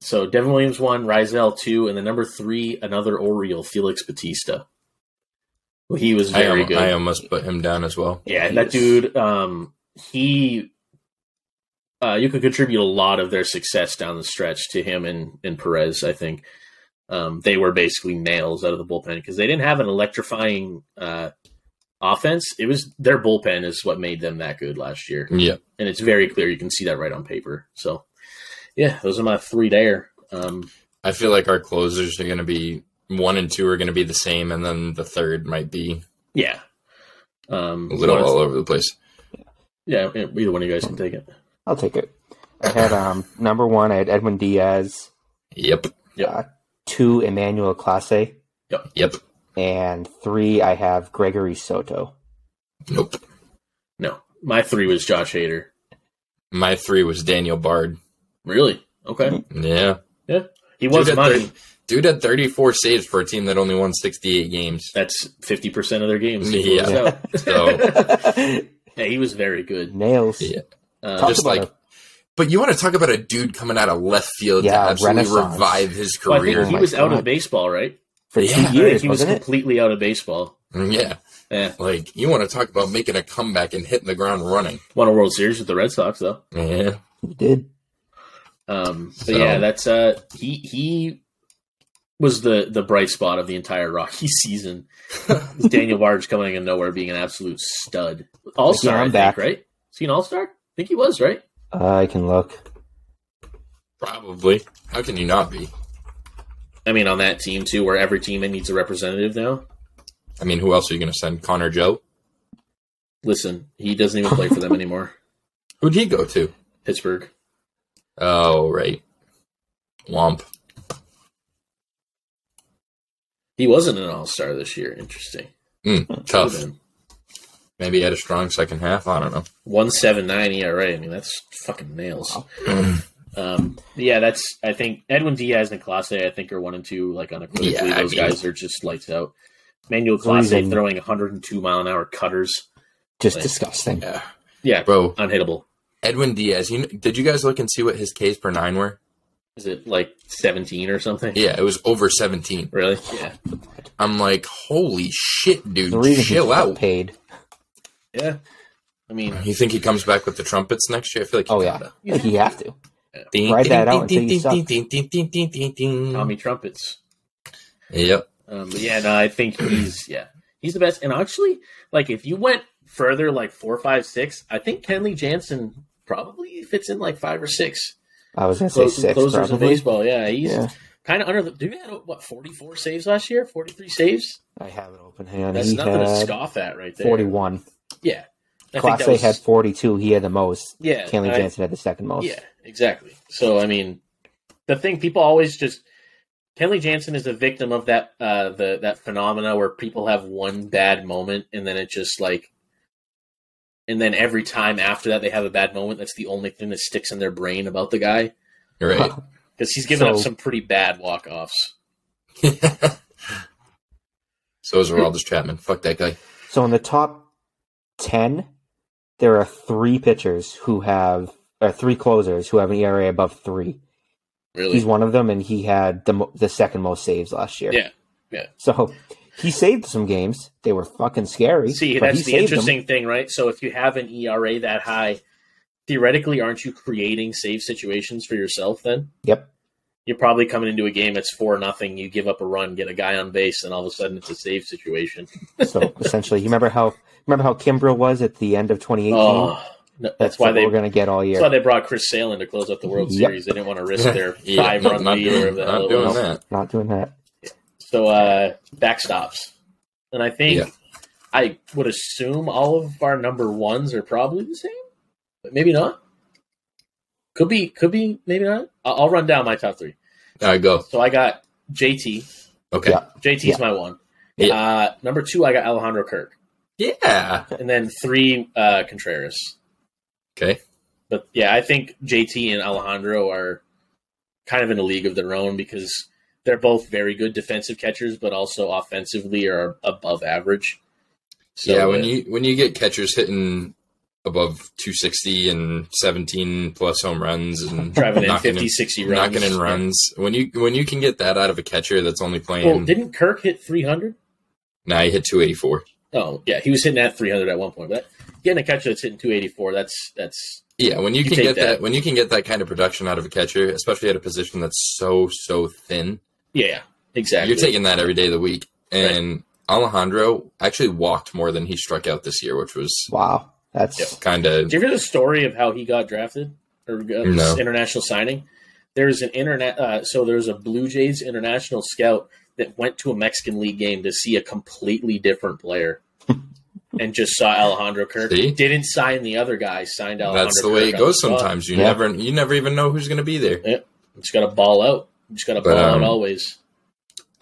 Speaker 3: So Devin Williams one, Rizal two, and the number three, another Oriole, Felix Batista. Well, he was
Speaker 2: I,
Speaker 3: very
Speaker 2: am-
Speaker 3: good.
Speaker 2: I almost put him down as well.
Speaker 3: Yeah,
Speaker 1: He
Speaker 3: that
Speaker 1: is-
Speaker 3: dude. Um, he, uh, you could contribute a lot of their success down the stretch to him and and Perez. I think um, they were basically nails out of the bullpen because they didn't have an electrifying uh, offense. It was their bullpen is what made them that good last year,
Speaker 2: Yeah.
Speaker 3: and it's very clear. You can see that right on paper. So, yeah, those are my three there. Um,
Speaker 2: I feel like our closers are going to be one and two are going to be the same, and then the third might be
Speaker 3: yeah, um,
Speaker 2: a little
Speaker 3: one of-
Speaker 2: all over the place.
Speaker 3: yeah, either one of you guys can take it.
Speaker 1: I'll take it. I had um number one. I had Edwin Diaz,
Speaker 2: Yep.
Speaker 1: two Emmanuel Clase,
Speaker 2: Yep.
Speaker 1: and three. I have Gregory Soto.
Speaker 2: Nope.
Speaker 3: No, my three was Josh Hader.
Speaker 2: My three was Daniel Bard.
Speaker 3: Really? Okay.
Speaker 2: Yeah.
Speaker 3: He was
Speaker 2: Dude,
Speaker 3: mine.
Speaker 2: that's- Dude had 34 saves for a team that only won 68 games.
Speaker 3: That's fifty percent of their games. He
Speaker 2: Yeah.
Speaker 3: was out.
Speaker 2: So,
Speaker 3: yeah, he was very good.
Speaker 1: Nails.
Speaker 2: Yeah.
Speaker 1: Talk
Speaker 3: Uh,
Speaker 2: just
Speaker 1: about
Speaker 2: like, but you want to talk about a dude coming out of left field
Speaker 1: Yeah,
Speaker 2: to absolutely
Speaker 1: renaissance.
Speaker 2: revive his
Speaker 3: well, I
Speaker 2: career.
Speaker 3: think he
Speaker 1: my
Speaker 3: was out
Speaker 1: God.
Speaker 3: of baseball, right?
Speaker 1: for
Speaker 2: Yeah,
Speaker 1: two
Speaker 2: I think
Speaker 3: I think
Speaker 1: years,
Speaker 3: he was
Speaker 1: wasn't it?
Speaker 3: completely out of baseball.
Speaker 2: mm, yeah.
Speaker 3: Yeah,
Speaker 2: Like, you want to talk about making a comeback and hitting the ground running.
Speaker 3: won a World Series with the Red Sox though.
Speaker 2: Yeah.
Speaker 1: He did.
Speaker 3: Um, but
Speaker 2: So-
Speaker 3: yeah, that's uh, he he was the the bright spot of the entire Rocky season. Daniel Barge coming in nowhere, being an absolute stud, all
Speaker 1: Yeah,
Speaker 3: star.
Speaker 1: I'm
Speaker 3: I think,
Speaker 1: back.
Speaker 3: right? Is he an all star? I think he was, right?
Speaker 1: I can look.
Speaker 2: Probably. How can you not be?
Speaker 3: I mean, on that team too, where every team needs a representative now.
Speaker 2: I mean, who else are you going to send? Connor Joe?
Speaker 3: Listen, he doesn't even play for them anymore.
Speaker 2: Who'd he go to?
Speaker 3: Pittsburgh.
Speaker 2: Oh, right. Womp.
Speaker 3: He wasn't an all star this year. Interesting.
Speaker 2: Tough. Maybe he had a strong second half. I don't
Speaker 3: One seven nine ERA. I mean, that's fucking nails.
Speaker 2: know.
Speaker 3: Um, yeah, that's. I think Edwin Diaz and Classe, I think, are one and two. Like unequivocally,
Speaker 2: Yeah, I
Speaker 3: those
Speaker 2: mean-
Speaker 3: guys are just lights out. Manuel Classe
Speaker 1: Reason.
Speaker 3: throwing 102 mile an hour cutters.
Speaker 1: Just
Speaker 3: Like-
Speaker 1: disgusting.
Speaker 2: yeah.
Speaker 3: Yeah,
Speaker 2: Bro,
Speaker 3: unhittable.
Speaker 2: Edwin Diaz, you kn- did you guys look and see what his Ks per nine were?
Speaker 3: Is it like 17 or something?
Speaker 2: Yeah, it was over 17.
Speaker 3: Really? Yeah.
Speaker 2: I'm like, holy shit, dude,
Speaker 1: The reason he
Speaker 2: chill
Speaker 1: got
Speaker 2: out.
Speaker 1: paid.
Speaker 3: Yeah. I mean,
Speaker 2: You think he comes back with the trumpets next year? I feel like he
Speaker 1: Oh yeah,
Speaker 2: gotta.
Speaker 1: like he have to.
Speaker 2: Ding,
Speaker 1: Ride
Speaker 2: ding,
Speaker 1: that out
Speaker 2: ding,
Speaker 1: until you
Speaker 2: ding,
Speaker 1: suck.
Speaker 2: ding, ding, ding, ding, ding, ding, ding.
Speaker 3: Tommy Trumpets.
Speaker 2: Yep.
Speaker 3: Um, but yeah, no, I think he's yeah, he's the best. And actually, like if you went further, like four, five, six, I think Kenley Jansen probably fits in like five or six
Speaker 1: I was gonna say
Speaker 3: Close,
Speaker 1: six
Speaker 3: closers in
Speaker 1: probably.
Speaker 3: baseball. Yeah, he's
Speaker 1: Yeah,
Speaker 3: kind of under the. Dude had what forty four saves last year, forty three saves.
Speaker 1: I have it open. Hang on,
Speaker 3: That's
Speaker 1: he
Speaker 3: nothing to
Speaker 1: had
Speaker 3: scoff at, right there.
Speaker 1: forty-one.
Speaker 3: Yeah, I think
Speaker 1: Class
Speaker 3: that
Speaker 1: A
Speaker 3: was-
Speaker 1: had forty-two. He had the most.
Speaker 3: Yeah,
Speaker 1: Kenley
Speaker 3: I-
Speaker 1: Jansen had the second most.
Speaker 3: Yeah, exactly. So I mean, the thing people always just Kenley Jansen is a victim of that uh, the that phenomena where people have one bad moment and then it just like, and then every time after that they have a bad moment, that's the only thing that sticks in their brain about the guy
Speaker 2: You're right.
Speaker 3: because he's given up
Speaker 1: So-
Speaker 3: some pretty bad walk offs.
Speaker 2: so is Aroldis Chapman. Fuck that guy.
Speaker 1: So in the top ten, there are three pitchers who have or three closers who have an ERA above three.
Speaker 3: Really,
Speaker 1: He's one of them, and he had the mo- the second most saves last year.
Speaker 3: Yeah, yeah.
Speaker 1: So he saved some games. They were fucking scary.
Speaker 3: See,
Speaker 1: but he
Speaker 3: that's the
Speaker 1: saved them.
Speaker 3: interesting thing, right? So if you have an ERA that high, theoretically, aren't you creating save situations for yourself then?
Speaker 1: Yep.
Speaker 3: You're probably coming into a game that's four nothing. You give up a run, get a guy on base, and all of a sudden it's a save situation.
Speaker 1: So essentially, you remember how remember how Kimbrel was at the end of 2018.
Speaker 3: Oh, no, that's, why
Speaker 1: what
Speaker 3: they
Speaker 1: we're going to get all year.
Speaker 3: that's why they brought Chris Sale in to close up the World
Speaker 1: Yep.
Speaker 3: Series. They didn't want to risk their
Speaker 2: Yeah,
Speaker 3: five
Speaker 2: not,
Speaker 3: run
Speaker 2: not
Speaker 3: lead or whatever
Speaker 2: doing,
Speaker 3: the hell
Speaker 2: not
Speaker 3: it
Speaker 2: doing
Speaker 3: was.
Speaker 2: that.
Speaker 1: Not doing that.
Speaker 3: So uh, backstops, and I think
Speaker 2: Yeah.
Speaker 3: I would assume all of our number ones are probably the same, but maybe not. Could be, could be, maybe not. I'll, I'll run down my top three.
Speaker 2: All right, go.
Speaker 3: So I got JT.
Speaker 2: Okay.
Speaker 1: Yeah.
Speaker 3: JT's
Speaker 1: Yeah.
Speaker 3: my one.
Speaker 2: Yeah.
Speaker 3: Uh, number two, I got Alejandro Kirk,
Speaker 2: Yeah.
Speaker 3: and then three, uh, Contreras.
Speaker 2: Okay.
Speaker 3: But yeah, I think JT and Alejandro are kind of in a league of their own because they're both very good defensive catchers, but also offensively are above average. So,
Speaker 2: yeah, when
Speaker 3: uh,
Speaker 2: you when you get catchers hitting above 260 and 17 plus home runs and
Speaker 3: driving in
Speaker 2: knocking
Speaker 3: 50, 60 runs.
Speaker 2: knocking in runs, when you when you can get that out of a catcher that's only
Speaker 3: Well,
Speaker 2: playing,
Speaker 3: oh, didn't Kirk hit 300?
Speaker 2: now nah, he hit 284.
Speaker 3: Oh, yeah, he was hitting at 300 at one point, but getting a catcher that's hitting 284, that's that's
Speaker 2: Yeah, when you,
Speaker 3: You
Speaker 2: can
Speaker 3: take
Speaker 2: get that.
Speaker 3: that.
Speaker 2: when you can get that kind of production out of a catcher, especially at a position that's so so thin,
Speaker 3: yeah, exactly.
Speaker 2: you're taking that every day of the week. And Alejandro actually walked more than he struck out this year, which was
Speaker 1: Wow, that's
Speaker 3: Yep.
Speaker 2: kind of
Speaker 3: Do you hear the story of how he got drafted or uh,
Speaker 2: No.
Speaker 3: international signing? There's an internet. Uh, so there's a Blue Jays international scout that went to a Mexican League game to see a completely different player, and just saw Alejandro Kirk.
Speaker 2: See?
Speaker 3: Didn't sign the other guy. Signed Alejandro.
Speaker 2: that's the way
Speaker 3: Kirk
Speaker 2: it
Speaker 3: on
Speaker 2: goes
Speaker 3: the spot.
Speaker 2: sometimes. You
Speaker 1: Yeah.
Speaker 2: never you never even know who's going to be there.
Speaker 3: Just got to ball out. Just got to
Speaker 2: But,
Speaker 3: ball
Speaker 2: um,
Speaker 3: out always.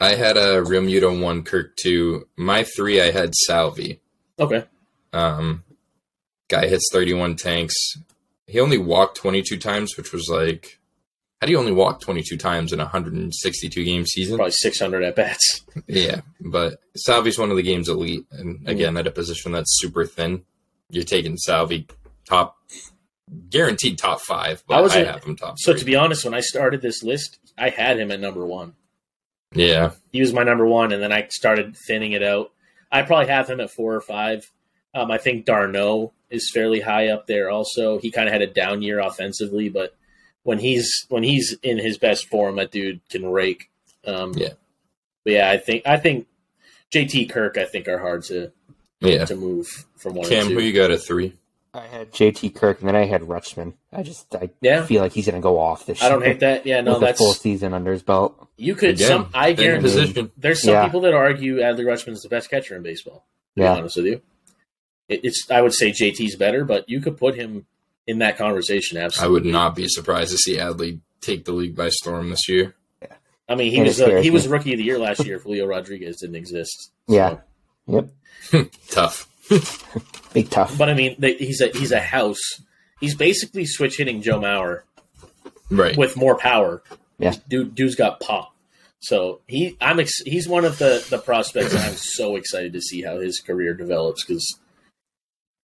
Speaker 2: I had a Real Muto one, Kirk two. My three, I had Salvi.
Speaker 3: Okay.
Speaker 2: Um, guy hits thirty one tanks. He only walked twenty two times, which was like, how do you only walk twenty two times in a hundred and sixty two game season?
Speaker 3: Probably 600 at bats.
Speaker 2: Yeah, but Salvi's one of the game's elite,
Speaker 3: Mm-hmm.
Speaker 2: and again, at a position that's super thin, you're taking Salvi top, guaranteed top five. But
Speaker 3: I
Speaker 2: I,
Speaker 3: was a-
Speaker 2: have him top.
Speaker 3: So
Speaker 2: three.
Speaker 3: to be honest, when I started this list, I had him at number one.
Speaker 2: yeah,
Speaker 3: he was my number one, and then I started thinning it out. I probably have him at four or five. Um, I think Darno is fairly high up there. Also, he kind of had a down year offensively, but when he's when he's in his best form, that dude can rake. Um,
Speaker 2: Yeah.
Speaker 3: but yeah, I think I think JT Kirk, I think are hard to
Speaker 2: yeah.
Speaker 3: to move from one
Speaker 2: Cam,
Speaker 3: or two.
Speaker 2: who you got at three?
Speaker 1: I had JT Kirk and then I had Rutschman. I just I
Speaker 3: yeah,
Speaker 1: feel like he's gonna go off this.
Speaker 3: I don't
Speaker 1: year
Speaker 3: hate that. Yeah, no,
Speaker 1: with a full
Speaker 3: that's
Speaker 1: season under his belt.
Speaker 3: you could.
Speaker 2: Again,
Speaker 3: some I
Speaker 2: thin
Speaker 3: guarantee
Speaker 2: position.
Speaker 3: there's some
Speaker 1: Yeah.
Speaker 3: people that argue Adley Rutschman is the best catcher in baseball. to be
Speaker 1: Yeah,
Speaker 3: honest with you. It, it's I would say JT's better, but you could put him in that conversation.
Speaker 2: I
Speaker 3: Absolutely.
Speaker 2: would not be surprised to see Adley take the league by storm this year.
Speaker 3: I, mean, he
Speaker 1: And it
Speaker 3: was a,
Speaker 1: scares
Speaker 3: he was
Speaker 1: me.
Speaker 3: rookie of the year last year if Leo Rodriguez didn't exist.
Speaker 1: yeah, yep,
Speaker 2: Tough.
Speaker 1: big tough.
Speaker 3: But I mean, they, he's a he's a house. He's basically switch hitting Joe Mauer
Speaker 2: Right.
Speaker 3: with more power.
Speaker 1: Yeah.
Speaker 3: dude, dude's got pop. So he, I'm ex- he's one of the the prospects. I'm so excited to see how his career develops because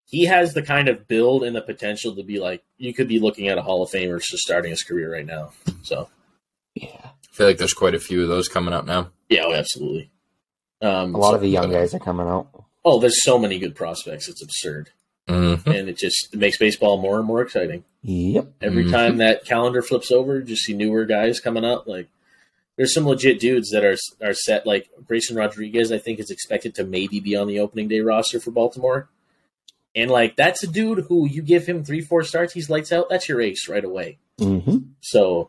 Speaker 3: he has the kind of build and the potential to be like you could be looking at a Hall of Famer just starting his career right now. So
Speaker 1: yeah,
Speaker 2: I feel like there's quite a few of those coming up now.
Speaker 3: Yeah, oh, absolutely. Um,
Speaker 1: a lot of the young guys are coming out.
Speaker 3: oh, there's so many good prospects. It's absurd,
Speaker 1: Mm-hmm. Hmm.
Speaker 2: Mhm.
Speaker 3: and it just it makes baseball more and more exciting
Speaker 1: Yep,
Speaker 3: every
Speaker 2: Mhm.
Speaker 3: time that calendar flips over. you Just see newer guys coming up. Like there's some legit dudes that are are set. Like Grayson Rodriguez, I think is expected to maybe be on the opening day roster for Baltimore. And like that's a dude who you give him three four starts, he's lights out. That's your ace right away.
Speaker 1: hmm
Speaker 3: So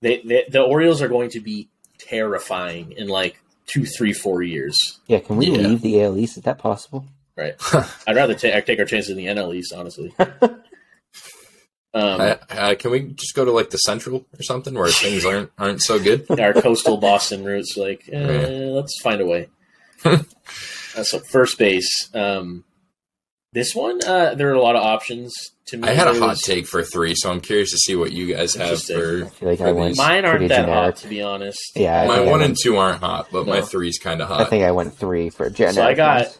Speaker 3: they, they the Orioles are going to be terrifying in like two three four years.
Speaker 1: yeah. Can we
Speaker 2: Yeah.
Speaker 1: leave the AL East? Is that possible?
Speaker 3: I'd rather ta- I'd take our chances in the NL East, honestly. um,
Speaker 2: I, I, can we just go to like the Central or something where things aren't aren't so good?
Speaker 3: our coastal Boston roots, like, eh,
Speaker 2: Yeah.
Speaker 3: let's find a way. uh, so first base. Um, this one, uh, there are a lot of options. To me,
Speaker 2: I had a
Speaker 3: there
Speaker 2: hot
Speaker 3: was-
Speaker 2: take for three, so I'm curious to see what you guys have
Speaker 3: Interesting.
Speaker 1: I
Speaker 2: for.
Speaker 1: feel like
Speaker 2: For
Speaker 1: I went
Speaker 2: these-
Speaker 3: Mine aren't
Speaker 1: pretty
Speaker 3: that
Speaker 1: generic.
Speaker 3: hot, to be honest.
Speaker 1: Yeah, I
Speaker 2: My
Speaker 1: think I
Speaker 2: one and
Speaker 1: went,
Speaker 2: two aren't hot, but my
Speaker 3: No.
Speaker 2: three's kind of
Speaker 1: I
Speaker 2: hot.
Speaker 1: think I went three for generic.
Speaker 3: So I got-
Speaker 1: ones.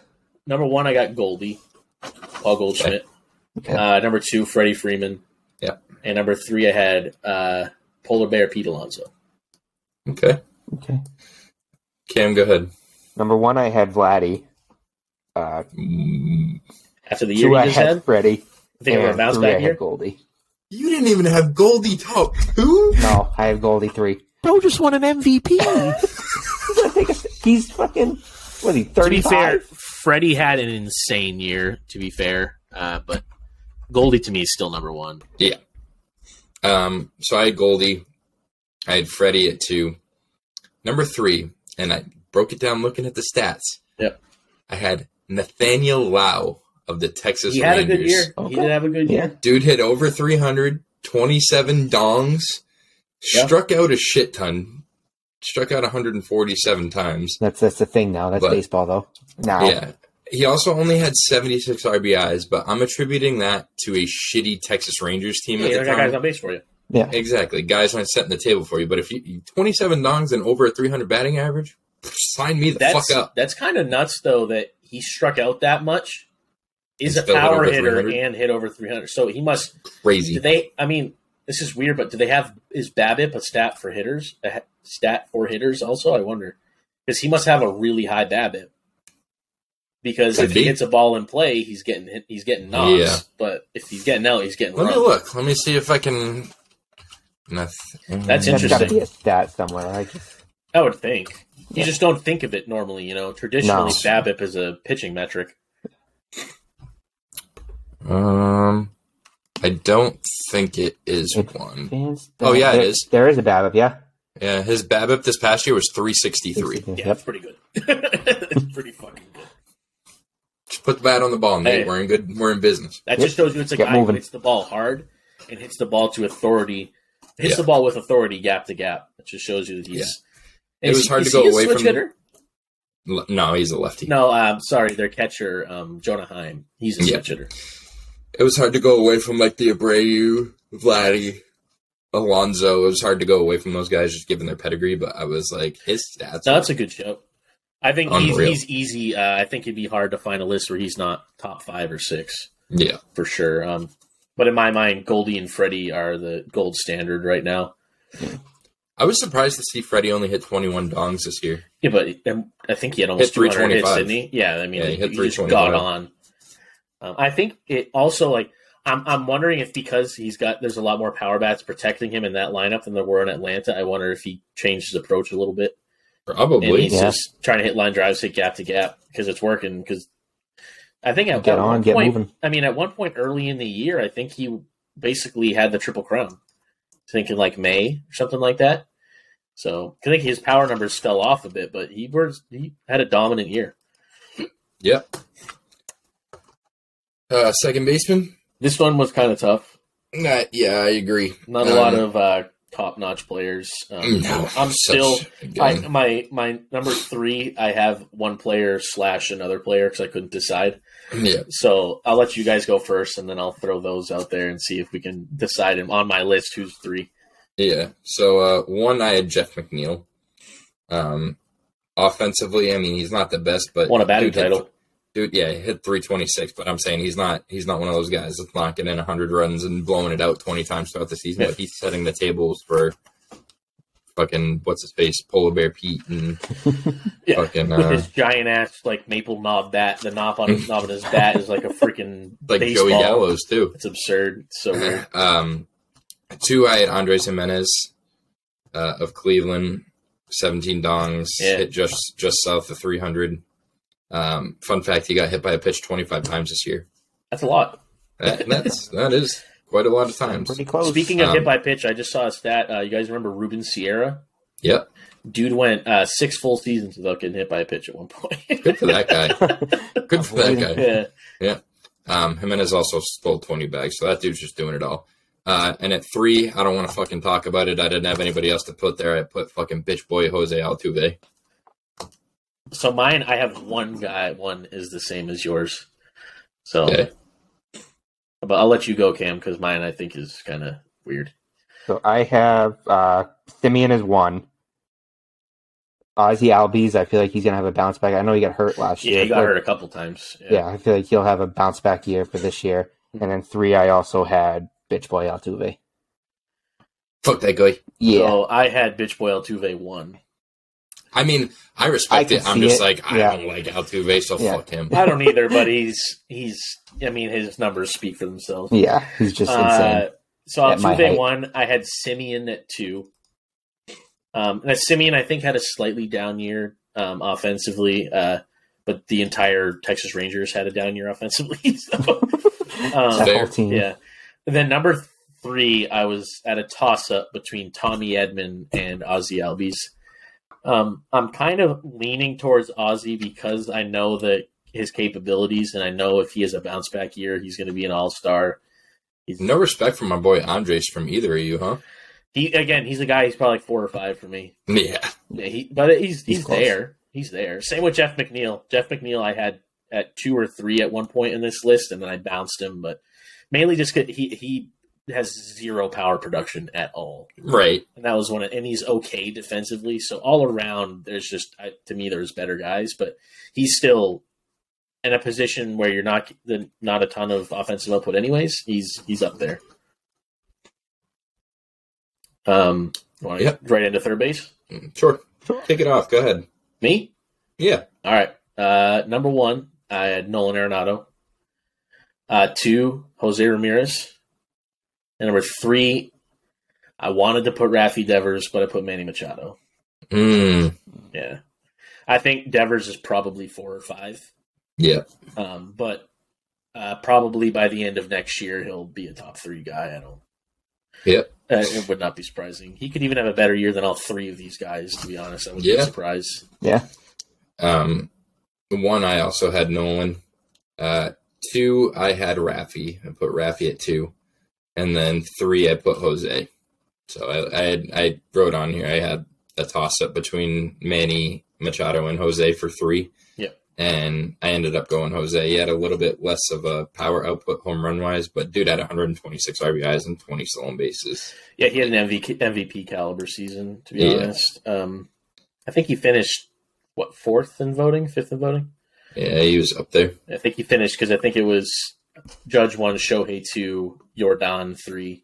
Speaker 3: Number one, I got Goldie, Paul Goldschmidt.
Speaker 1: Okay.
Speaker 3: Uh, number two, Freddie Freeman.
Speaker 2: Yep.
Speaker 3: And number three, I had uh, Polar Bear Pete Alonso.
Speaker 2: Okay,
Speaker 1: okay.
Speaker 2: Cam, go ahead.
Speaker 1: Number one, I had Vladdy. Uh,
Speaker 2: Mm,
Speaker 3: After the year
Speaker 1: two,
Speaker 3: you
Speaker 1: I
Speaker 3: just
Speaker 1: had
Speaker 3: had,
Speaker 1: Freddie.
Speaker 3: I think we're a
Speaker 1: and
Speaker 3: bounce
Speaker 1: three, I
Speaker 3: back
Speaker 1: had
Speaker 3: here.
Speaker 1: Goldie.
Speaker 2: You didn't even have Goldie top two.
Speaker 1: No, I have Goldie three.
Speaker 4: Bro just won an MVP.
Speaker 1: He's fucking. What is he?
Speaker 3: to be
Speaker 1: Thirty
Speaker 3: fair,
Speaker 1: five.
Speaker 3: Freddie had an insane year. To be fair, uh, but Goldie to me is still number one.
Speaker 2: Um, so I had Goldie, I had Freddie at two, number three, and I broke it down looking at the stats.
Speaker 3: Yep.
Speaker 2: I had Nathaniel Lau of the Texas
Speaker 3: he had a
Speaker 2: Rangers.
Speaker 3: good year.
Speaker 1: Okay.
Speaker 3: He did have a good
Speaker 1: Yeah.
Speaker 3: year.
Speaker 2: Dude hit over 300, 27 dongs,
Speaker 3: Yeah.
Speaker 2: struck out a shit ton, struck out 147 times.
Speaker 1: That's that's the thing now. That's
Speaker 2: But-
Speaker 1: baseball though. Now,
Speaker 2: Yeah. He also only had 76 RBIs, but I'm attributing that to a shitty Texas Rangers team
Speaker 3: Hey, I
Speaker 2: at the
Speaker 3: got guys
Speaker 2: time.
Speaker 3: on base for you.
Speaker 2: Exactly. Guys aren't setting the table for you, but if you 27 dongs and over a 300 batting average, sign me the
Speaker 3: That's
Speaker 2: fuck up.
Speaker 3: that's kind of nuts though that he struck out that much. Is a
Speaker 2: And still hit
Speaker 3: power
Speaker 2: over
Speaker 3: hitter
Speaker 2: 300?
Speaker 3: and hit over 300. So he must
Speaker 2: Crazy.
Speaker 3: Do they? I mean, this is weird, but do they have is Babbitt a stat for hitters? A he- stat for hitters also? I wonder because he must have a really high Babbitt because
Speaker 2: Could
Speaker 3: if he
Speaker 2: be.
Speaker 3: hits a ball in play, he's getting hit, he's getting knocks.
Speaker 2: Yeah.
Speaker 3: But if he's getting out, he's getting.
Speaker 2: Let me
Speaker 3: run.
Speaker 2: look. Let me see if I can. Nothing.
Speaker 3: That's
Speaker 1: That's got to
Speaker 3: Interesting.
Speaker 1: be a stat somewhere. I just,
Speaker 3: I would think you
Speaker 1: Yeah.
Speaker 3: just don't think of it normally. You know, traditionally
Speaker 1: No.
Speaker 3: Babbitt is a pitching metric.
Speaker 2: Um, I don't think it is
Speaker 3: Hmm.
Speaker 2: one.
Speaker 1: fans,
Speaker 2: Oh, yeah, it
Speaker 1: there,
Speaker 2: is.
Speaker 1: There is a BABIP. Yeah.
Speaker 2: Yeah, his BABIP this past year was 363.
Speaker 3: Yeah,
Speaker 1: Yep.
Speaker 3: it's pretty good. it's pretty fucking good.
Speaker 2: Just put the bat on the ball, Nate.
Speaker 3: Hey.
Speaker 2: We're in good. We're in business.
Speaker 3: That
Speaker 1: Yep.
Speaker 3: just shows you it's a
Speaker 1: Get
Speaker 3: guy who
Speaker 1: moving.
Speaker 3: hits the ball hard and hits the ball to authority. Hits
Speaker 2: Yeah.
Speaker 3: the ball with authority, gap to gap. It just shows you that he's.
Speaker 2: It was
Speaker 3: he-
Speaker 2: hard to
Speaker 3: he
Speaker 2: go
Speaker 3: a
Speaker 2: away
Speaker 3: switch
Speaker 2: from-
Speaker 3: hitter.
Speaker 2: L- No, he's a lefty.
Speaker 3: No, um, sorry, their catcher, um, Jonah Heim. He's a
Speaker 2: Yeah.
Speaker 3: switch hitter.
Speaker 2: It was hard to go away from like the Abreu, Vladdy, Alonzo. It was hard to go away from those guys just given their pedigree. But I was like, his stats.
Speaker 3: So that's a good show. I think he's,
Speaker 2: Unreal.
Speaker 3: he's easy. Uh, I think it'd be hard to find a list where he's not top five or six
Speaker 2: yeah,
Speaker 3: for sure. Um, but in my mind, Goldie and Freddie are the gold standard right now.
Speaker 2: I was surprised to see Freddie only hit 21 dongs this year.
Speaker 3: Yeah, but um, I think he had almost
Speaker 2: Hit
Speaker 3: 300 hits,
Speaker 2: 325.
Speaker 3: didn't he? Yeah, I mean,
Speaker 2: Yeah, he
Speaker 3: he,
Speaker 2: hit
Speaker 3: he just got
Speaker 2: 325.
Speaker 3: on. Um, I think it also like I'm I'm wondering if because he's got there's a lot more power bats protecting him in that lineup than there were in Atlanta. I wonder if he changed his approach a little bit and
Speaker 2: Probably.
Speaker 3: he's
Speaker 1: Yeah.
Speaker 3: just trying to hit line drives, hit gap to gap because it's working. Because I think at,
Speaker 1: Get
Speaker 3: at
Speaker 1: on,
Speaker 3: one
Speaker 1: get
Speaker 3: point,
Speaker 1: moving.
Speaker 3: I mean, at one point early in the year, I think he basically had the triple crown. Thinking like May or something like that. So I think his power numbers fell off a bit, but he was he had a dominant year.
Speaker 2: Yep. Uh, second baseman.
Speaker 3: This one was kind of tough.
Speaker 2: Nah, yeah, I agree.
Speaker 3: Not a
Speaker 2: Um,
Speaker 3: lot of uh, top notch players. Um,
Speaker 2: No,
Speaker 3: I'm
Speaker 2: such
Speaker 3: still
Speaker 2: a good
Speaker 3: I,
Speaker 2: one.
Speaker 3: my my number three. I have one player slash another player because I couldn't decide.
Speaker 2: yeah.
Speaker 3: So I'll let you guys go first, and then I'll throw those out there and see if we can decide him on my list who's three.
Speaker 2: Yeah. So uh, one, I had Jeff McNeil. Um, offensively, I mean, he's not the best, but
Speaker 3: Won a batting
Speaker 2: dude hit-
Speaker 3: title.
Speaker 2: dude, yeah, he hit 326. But I'm saying he's not he's not one of those guys that's knocking in 100 runs and blowing it out 20 times throughout the season.
Speaker 3: Yeah.
Speaker 2: But he's setting the tables for fucking what's his face, Polar Bear Pete, and
Speaker 3: Yeah.
Speaker 2: fucking
Speaker 3: With
Speaker 2: uh,
Speaker 3: his giant ass like maple knob bat, the knob on his knob on his bat is like a freaking
Speaker 2: like
Speaker 3: baseball.
Speaker 2: Joey Gallows too.
Speaker 3: It's absurd. It's so weird.
Speaker 2: um, two, I had Andres Jimenez uh, of Cleveland, 17 dongs,
Speaker 3: Yeah.
Speaker 2: hit just just south of 300. Um, fun fact: he got hit by a pitch 25 times this year.
Speaker 3: That's a lot.
Speaker 2: That, that's that is quite a lot of times.
Speaker 1: Pretty close.
Speaker 3: Speaking of
Speaker 2: Um,
Speaker 3: hit by pitch, I just saw a stat. Uh, you guys remember Ruben Sierra?
Speaker 2: Yep,
Speaker 3: Dude went uh, six full seasons without getting hit by a pitch at one point.
Speaker 2: good for that guy. Good for that guy.
Speaker 3: yeah,
Speaker 2: Um, Jimenez also stole 20 bags, so that dude's just doing it all. Uh, and at three, I don't want to fucking talk about it. I didn't have anybody else to put there. I put fucking bitch boy Jose Altuve.
Speaker 3: So mine, I have one guy. One is the same as yours. So,
Speaker 2: Okay.
Speaker 3: but I'll let you go, Cam, because mine I think is kind of weird.
Speaker 1: So I have uh, Simeon as one. Ozzy Albies, I feel like he's gonna have a bounce back. I know he got hurt last year.
Speaker 3: Yeah, you
Speaker 1: but-
Speaker 3: got hurt a couple times.
Speaker 1: Yeah. I feel like he'll have a bounce back year for this year. And then three, I also had bitch boy Altuve. Oh.
Speaker 2: Fuck that guy.
Speaker 1: Yeah,
Speaker 3: So I had Bitch Boy Altuve one.
Speaker 2: I mean, I
Speaker 1: I
Speaker 2: respect
Speaker 1: can
Speaker 2: it. I'm
Speaker 1: see
Speaker 2: just
Speaker 1: it.
Speaker 2: like, I
Speaker 1: Yeah.
Speaker 2: don't like Altuve, so
Speaker 1: Yeah.
Speaker 2: fuck him.
Speaker 3: I don't either, but he's he's. I mean, his numbers speak for themselves.
Speaker 1: yeah, he's just
Speaker 3: Uh,
Speaker 1: insane.
Speaker 3: so
Speaker 1: At my
Speaker 3: Altuve
Speaker 1: height.
Speaker 3: one, I had Simeon at two. Um, and Simeon, I think, had a slightly down year um, offensively, uh, but the entire Texas Rangers had a down year offensively. So, um,
Speaker 1: that
Speaker 2: fair.
Speaker 1: whole team.
Speaker 3: yeah. And then number three, I was at a toss up between Tommy Edmond and Ozzy Albies. Um, I'm kind of leaning towards Ozzy because I know that his capabilities, and I know if he has a bounce back year, he's going to be an all star.
Speaker 2: No respect for my boy Andres from either of you, huh?
Speaker 3: He again, he's a guy. He's probably like four or five for me.
Speaker 2: Yeah.
Speaker 3: Yeah, he, but he's
Speaker 1: He's
Speaker 3: he's,
Speaker 1: close.
Speaker 3: there. He's there. Same with Jeff McNeil. Jeff McNeil, I had at two or three at one point in this list, and then I bounced him. But mainly just 'cause he he has zero power production at all,
Speaker 2: Right.
Speaker 3: and that was one. Of, and he's okay defensively, so all around, there's just I, to me there's better guys, but he's still in a position where you're not the, not a ton of offensive output. Anyways, he's he's up there. Um, want to
Speaker 2: Yep.
Speaker 3: right into third base?
Speaker 2: Sure. Take it off. Go ahead.
Speaker 3: Me?
Speaker 2: Yeah.
Speaker 3: All right. Uh, number one, I had Nolan Arenado. Uh, two, Jose Ramirez. And number three, I wanted to put Rafi Devers, but I put Manny Machado.
Speaker 2: Mm.
Speaker 3: Yeah. I think Devers is probably four or five.
Speaker 2: Yeah.
Speaker 3: Um, but uh, probably by the end of next year, he'll be a top three guy. I don't.
Speaker 2: Yep.
Speaker 3: Uh, it would not be surprising. He could even have a better year than all three of these guys. To be honest, I would
Speaker 2: Yeah.
Speaker 3: be surprised.
Speaker 2: Um, one, I also had Nolan. Uh, two, I had Rafi. I put Rafi at two. And then three, I put Jose. So I, I, had, I wrote on here, I had a toss up between Manny, Machado, and Jose for three.
Speaker 3: Yep.
Speaker 2: And I ended up going Jose. He had a little bit less of a power output home run wise, but dude had 126 RBIs and 20 stolen bases.
Speaker 3: Yeah, he had an MVP, MVP caliber season. To be
Speaker 2: Yeah.
Speaker 3: honest, um, I think he finished what fourth in voting, fifth in voting.
Speaker 2: Yeah, he was up there.
Speaker 3: I think he finished because I think it was Judge one, Shohei two, Jordan three.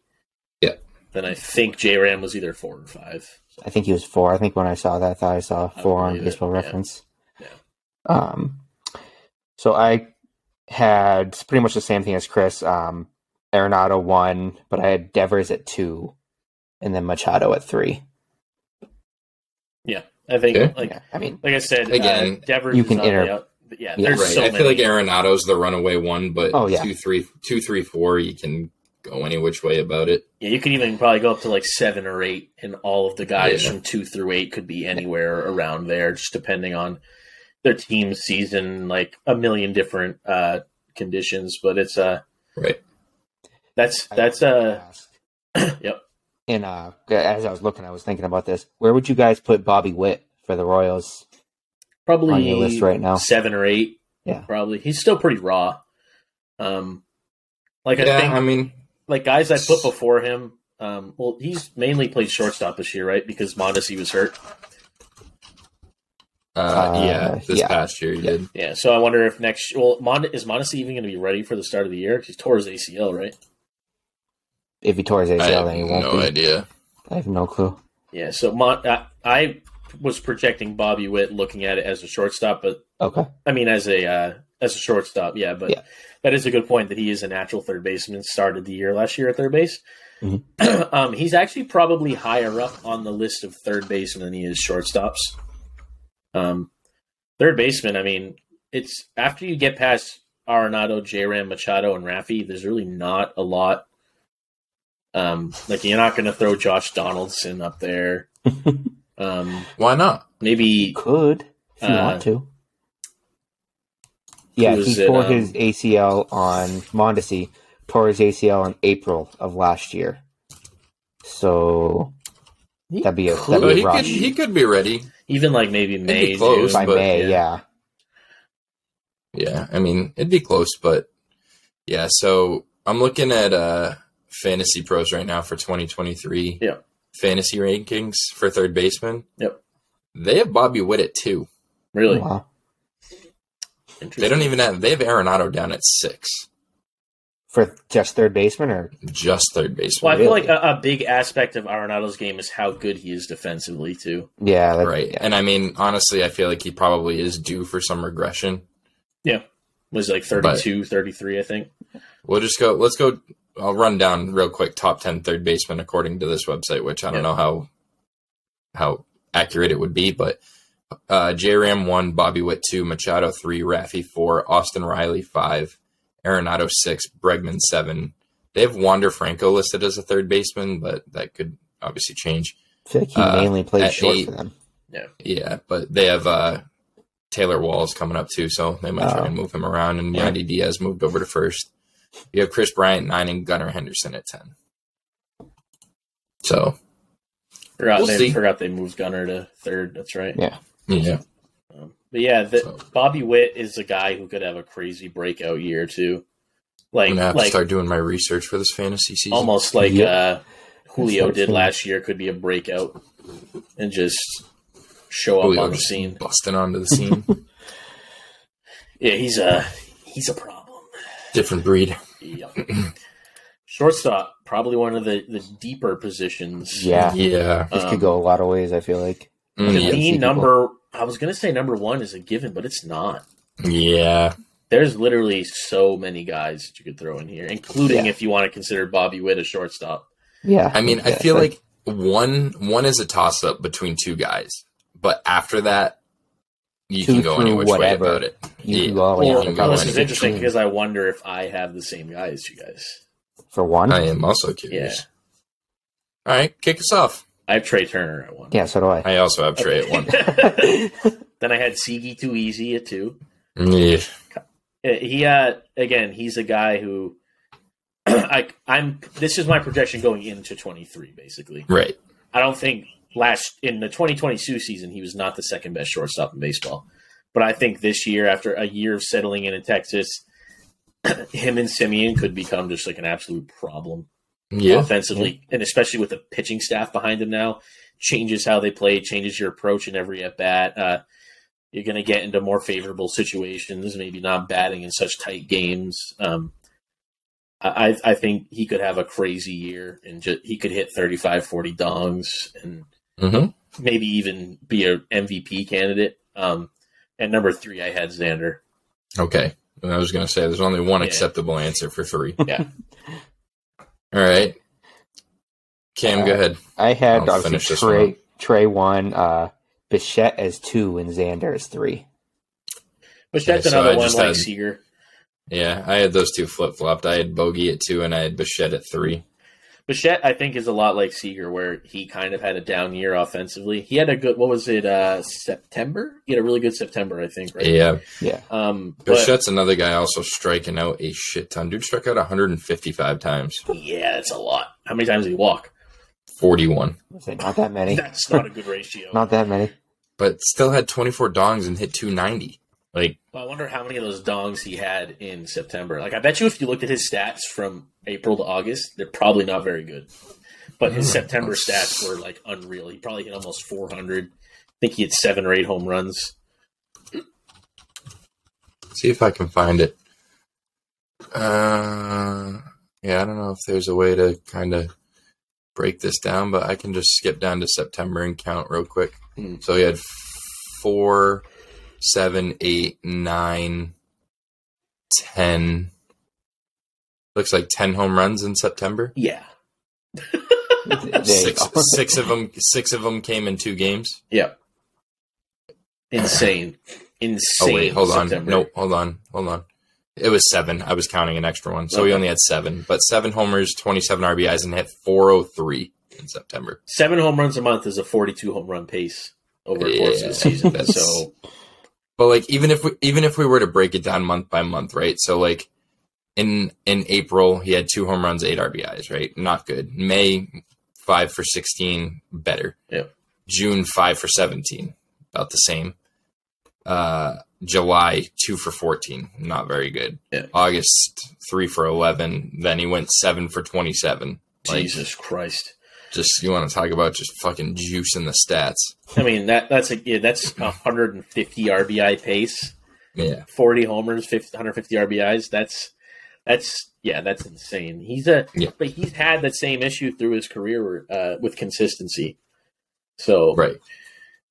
Speaker 2: Yeah.
Speaker 3: Then I think J Ram was either four or five.
Speaker 1: I think he was four. I think when I saw that, I thought I saw
Speaker 3: I
Speaker 1: four on
Speaker 3: believe it,
Speaker 1: Baseball
Speaker 3: yeah.
Speaker 1: Reference. Um, so I had pretty much the same thing as Chris. Um, Arenado one, but I had Devers at two, and then Machado at three.
Speaker 3: I think
Speaker 2: Okay.
Speaker 3: like
Speaker 1: yeah, I mean,
Speaker 3: like I said
Speaker 2: Again,
Speaker 3: uh, Devers
Speaker 1: you
Speaker 3: is
Speaker 1: can
Speaker 3: on the
Speaker 1: inter-
Speaker 3: out- but yeah,
Speaker 1: Yeah,
Speaker 3: there's
Speaker 2: right.
Speaker 3: so
Speaker 2: I
Speaker 3: many.
Speaker 2: feel like Arenado's the runaway one, but
Speaker 1: Oh, yeah.
Speaker 2: two, three, two, three, four, you can go any which way about it.
Speaker 3: yeah, you can even probably go up to like seven or eight, and all of the guys
Speaker 2: Yeah.
Speaker 3: from two through eight could be anywhere around there, just depending on their team season, like a million different uh, conditions. But it's uh
Speaker 2: Right.
Speaker 3: that's
Speaker 1: I-
Speaker 3: that's uh yep.
Speaker 1: And uh, as I was looking, I was thinking about this. Where would you guys put Bobby Witt for the Royals?
Speaker 3: probably
Speaker 1: on your list right now?
Speaker 3: seven or eight.
Speaker 1: Yeah.
Speaker 3: probably he's still pretty raw. Um, like I
Speaker 2: yeah,
Speaker 3: think
Speaker 2: I mean,
Speaker 3: like guys I put before him. Um, well, he's mainly played shortstop this year, right? Because Mondesi was hurt.
Speaker 2: uh,
Speaker 1: Uh,
Speaker 2: yeah, this
Speaker 1: yeah.
Speaker 2: past year you
Speaker 1: Yeah.
Speaker 2: did.
Speaker 3: Yeah, so I wonder if next. Well, Mon- is Mondesi even going to be ready for the start of the year? 'Cause He tore his ACL, right?
Speaker 1: If he tore his
Speaker 2: I
Speaker 1: ACL,
Speaker 2: have
Speaker 1: then he won't
Speaker 2: no
Speaker 1: be.
Speaker 2: idea.
Speaker 1: I have no clue.
Speaker 3: Yeah. So Mon- I, I was projecting Bobby Witt looking at it as a shortstop, but
Speaker 1: Okay.
Speaker 3: I mean as a uh, as a shortstop, yeah. But
Speaker 1: Yeah.
Speaker 3: that is a good point that he is a natural third baseman. Started the year last year at third base.
Speaker 1: Mhm.
Speaker 3: um, he's actually probably higher up on the list of third basemen than he is shortstops. Um, third baseman, I mean, it's after you get past Arenado, J Ram, Machado, and Rafi, there's really not a lot. Um, like you're not going to throw Josh Donaldson up there. um,
Speaker 2: Why not?
Speaker 3: maybe
Speaker 1: You could if you
Speaker 3: Uh,
Speaker 1: want to. Yeah,
Speaker 3: was
Speaker 1: he
Speaker 3: it,
Speaker 1: tore
Speaker 3: um,
Speaker 1: his ACL on Mondesi, tore his ACL in April of last year. So that'd be a that'd
Speaker 3: could.
Speaker 2: But
Speaker 1: be
Speaker 2: he
Speaker 1: a rush
Speaker 2: could, he could be ready.
Speaker 3: even like maybe May.
Speaker 2: close,
Speaker 3: June.
Speaker 1: by
Speaker 2: but-
Speaker 1: May. Yeah.
Speaker 2: Yeah, I mean, it'd be close, but yeah. So I'm looking at uh, fantasy pros right now for 2023.
Speaker 3: Yeah.
Speaker 2: Fantasy rankings for third baseman.
Speaker 3: Yep.
Speaker 2: They have Bobby Witt at two.
Speaker 3: Really,
Speaker 1: Wow.
Speaker 2: They don't even have. They have Arenado down at six.
Speaker 1: For just third baseman, or
Speaker 2: Just third baseman.
Speaker 3: Well, I feel like
Speaker 1: Really?
Speaker 3: a, a big aspect of Arenado's game is how good he is defensively too.
Speaker 1: yeah, that,
Speaker 2: right.
Speaker 1: yeah.
Speaker 2: And I mean, honestly, I feel like he probably is due for some regression.
Speaker 3: Was like 32, 33, I think.
Speaker 2: We'll just go. Let's go. I'll run down real quick top ten third baseman according to this website, which I don't
Speaker 3: Yeah.
Speaker 2: know how how accurate it would be, but uh, J Ram one, Bobby Witt two, Machado three, Raffy four, Austin Riley five, Arenado six, Bregman seven. They have Wander Franco listed as a third baseman, but that could obviously change.
Speaker 1: I feel like he
Speaker 2: uh,
Speaker 1: mainly played
Speaker 2: at
Speaker 1: short
Speaker 2: eight,
Speaker 1: for them.
Speaker 2: Yeah, but they have uh, Taylor Walls coming up too, so they might
Speaker 1: Oh.
Speaker 2: try and move him around. And
Speaker 1: Yeah.
Speaker 2: Yandy Diaz moved over to first. You have Chris Bryant nine and Gunnar Henderson at ten. So
Speaker 3: Forgot
Speaker 2: We'll
Speaker 3: they
Speaker 2: see.
Speaker 3: forgot they moved Gunner to third. That's right.
Speaker 1: Yeah.
Speaker 2: yeah,
Speaker 3: Um, But yeah, the,
Speaker 2: So-
Speaker 3: Bobby Witt is a guy who could have a crazy breakout year too, like
Speaker 2: I'm gonna have to
Speaker 3: like
Speaker 2: start doing my research for this fantasy season.
Speaker 3: almost like
Speaker 1: Yeah.
Speaker 3: uh,
Speaker 1: That's
Speaker 3: Julio
Speaker 1: what I'm
Speaker 3: did
Speaker 1: saying.
Speaker 3: last year could be a breakout and just show up
Speaker 2: Julio
Speaker 3: on the
Speaker 2: just
Speaker 3: scene.
Speaker 2: busting onto the scene.
Speaker 3: Yeah, he's a he's a problem.
Speaker 2: Different breed.
Speaker 3: Yep. Shortstop, probably one of the, the deeper positions.
Speaker 1: Yeah,
Speaker 2: Yeah.
Speaker 1: this
Speaker 3: Um,
Speaker 1: could go a lot of ways. I feel like
Speaker 2: Mm,
Speaker 1: Yeah.
Speaker 3: The
Speaker 1: See people.
Speaker 3: number, I was gonna say number one is a given, but it's not.
Speaker 2: yeah. Yeah.
Speaker 3: There's literally so many guys that you could throw in here, including
Speaker 1: Yeah.
Speaker 3: if you want to consider Bobby Witt a shortstop.
Speaker 1: yeah.
Speaker 2: I mean, I feel like one one is a toss up between two guys, but after that, you
Speaker 1: Two
Speaker 2: can go any
Speaker 1: through
Speaker 2: which
Speaker 1: whatever.
Speaker 2: way about it.
Speaker 1: you
Speaker 2: yeah.
Speaker 1: can go all the way
Speaker 3: Well,
Speaker 1: down the
Speaker 2: go
Speaker 3: this
Speaker 1: college
Speaker 2: in.
Speaker 3: is interesting because I wonder if I have the same guy as you guys.
Speaker 1: for one.
Speaker 2: I am also curious. All right, kick us off.
Speaker 3: I have Trey Turner at one.
Speaker 1: yeah, so do I.
Speaker 2: I also have Trey at one.
Speaker 3: then I had Sigi Too Easy at two.
Speaker 2: Yeah.
Speaker 3: Uh, he uh again he's a guy who I I'm this is my projection going into 23 basically.
Speaker 2: Right.
Speaker 3: I don't think last in the 2022 season he was not the second best shortstop in baseball. But I think this year after a year of settling in in Texas him and Simeon could become just like an absolute problem
Speaker 2: Yeah.
Speaker 3: offensively and especially with the pitching staff behind him now changes how they play, changes your approach in every at bat. Uh you're going to get into more favorable situations, maybe not batting in such tight games. Um, I, I I think he could have a crazy year and ju- he could hit 35, 40 dongs and
Speaker 2: hmm
Speaker 3: maybe even be a MVP candidate. Um, and number three, I had Xander.
Speaker 2: Okay. And I was going to say there's only one
Speaker 3: Yeah.
Speaker 2: acceptable answer for three.
Speaker 3: Yeah.
Speaker 2: All right. Cam, go ahead.
Speaker 1: I had
Speaker 2: I'll
Speaker 1: obviously
Speaker 2: finish this
Speaker 1: Trey
Speaker 2: one
Speaker 1: Trey one, uh, Bichette as two, and Xander as three.
Speaker 3: But that's
Speaker 2: so I
Speaker 3: another one
Speaker 2: just
Speaker 3: like
Speaker 2: had-
Speaker 3: Seager.
Speaker 2: Yeah, I had those two flip flopped. I had Bogey at two and I had Bichette at three.
Speaker 3: Bichette, I think, is a lot like Seager, where he kind of had a down year offensively. He had a good, what was it, uh, September? He had a really good September, I think, right?
Speaker 2: Yeah.
Speaker 3: Um, but,
Speaker 2: Bichette's another guy also striking out a shit ton. Dude struck out 155 times,
Speaker 3: yeah, it's a lot. How many times did he walk?
Speaker 2: 41,
Speaker 1: I said, not that many.
Speaker 3: That's not a good ratio.
Speaker 1: not that many.
Speaker 2: but still had 24 dongs and hit 290. Like,
Speaker 3: I wonder how many of those dongs he had in September. Like, I bet you if you looked at his stats from April to August, they're probably not very good. But his
Speaker 2: Mm.
Speaker 3: September stats were like unreal. He probably hit almost 400. I think he had seven or eight home runs.
Speaker 2: see if I can find it. Uh, yeah, I don't know if there's a way to kind of break this down, but I can just skip down to September and count real quick.
Speaker 3: Hmm.
Speaker 2: So he had four, seven, eight, nine, ten. Looks like ten home runs in September.
Speaker 3: Yeah.
Speaker 1: There you
Speaker 2: Six,
Speaker 1: go.
Speaker 2: six of them. Six of them came in two games.
Speaker 3: Yep. Insane. Insane.
Speaker 2: oh wait, hold
Speaker 3: September.
Speaker 2: on. No, hold on, hold on. It was seven. I was counting an extra one, so we
Speaker 3: Okay.
Speaker 2: only had seven. But seven homers, twenty-seven RBIs, and hit four oh three in September.
Speaker 3: Seven home runs a month is a 42 home run pace over the course of the
Speaker 2: Yeah,
Speaker 3: season.
Speaker 2: that's-
Speaker 3: so,
Speaker 2: But like, even if we even if we were to break it down month by month, right? So like, in in April, he had two home runs, eight RBIs, right? Not good. May five for sixteen, better.
Speaker 3: Yep.
Speaker 2: June five for seventeen, about the same. Uh, July two for fourteen, not very good.
Speaker 3: Yeah.
Speaker 2: August three for eleven. Then he went seven for twenty seven. Like,
Speaker 3: Jesus Christ.
Speaker 2: just you want to talk about just fucking juice in the stats?
Speaker 3: I mean that that's a yeah, that's 150 RBI pace,
Speaker 2: Yeah,
Speaker 3: 40 homers, 50, 150 RBIs. That's that's yeah, that's insane. He's a
Speaker 2: Yeah.
Speaker 3: but he's had that same issue through his career uh, with consistency. So
Speaker 2: right.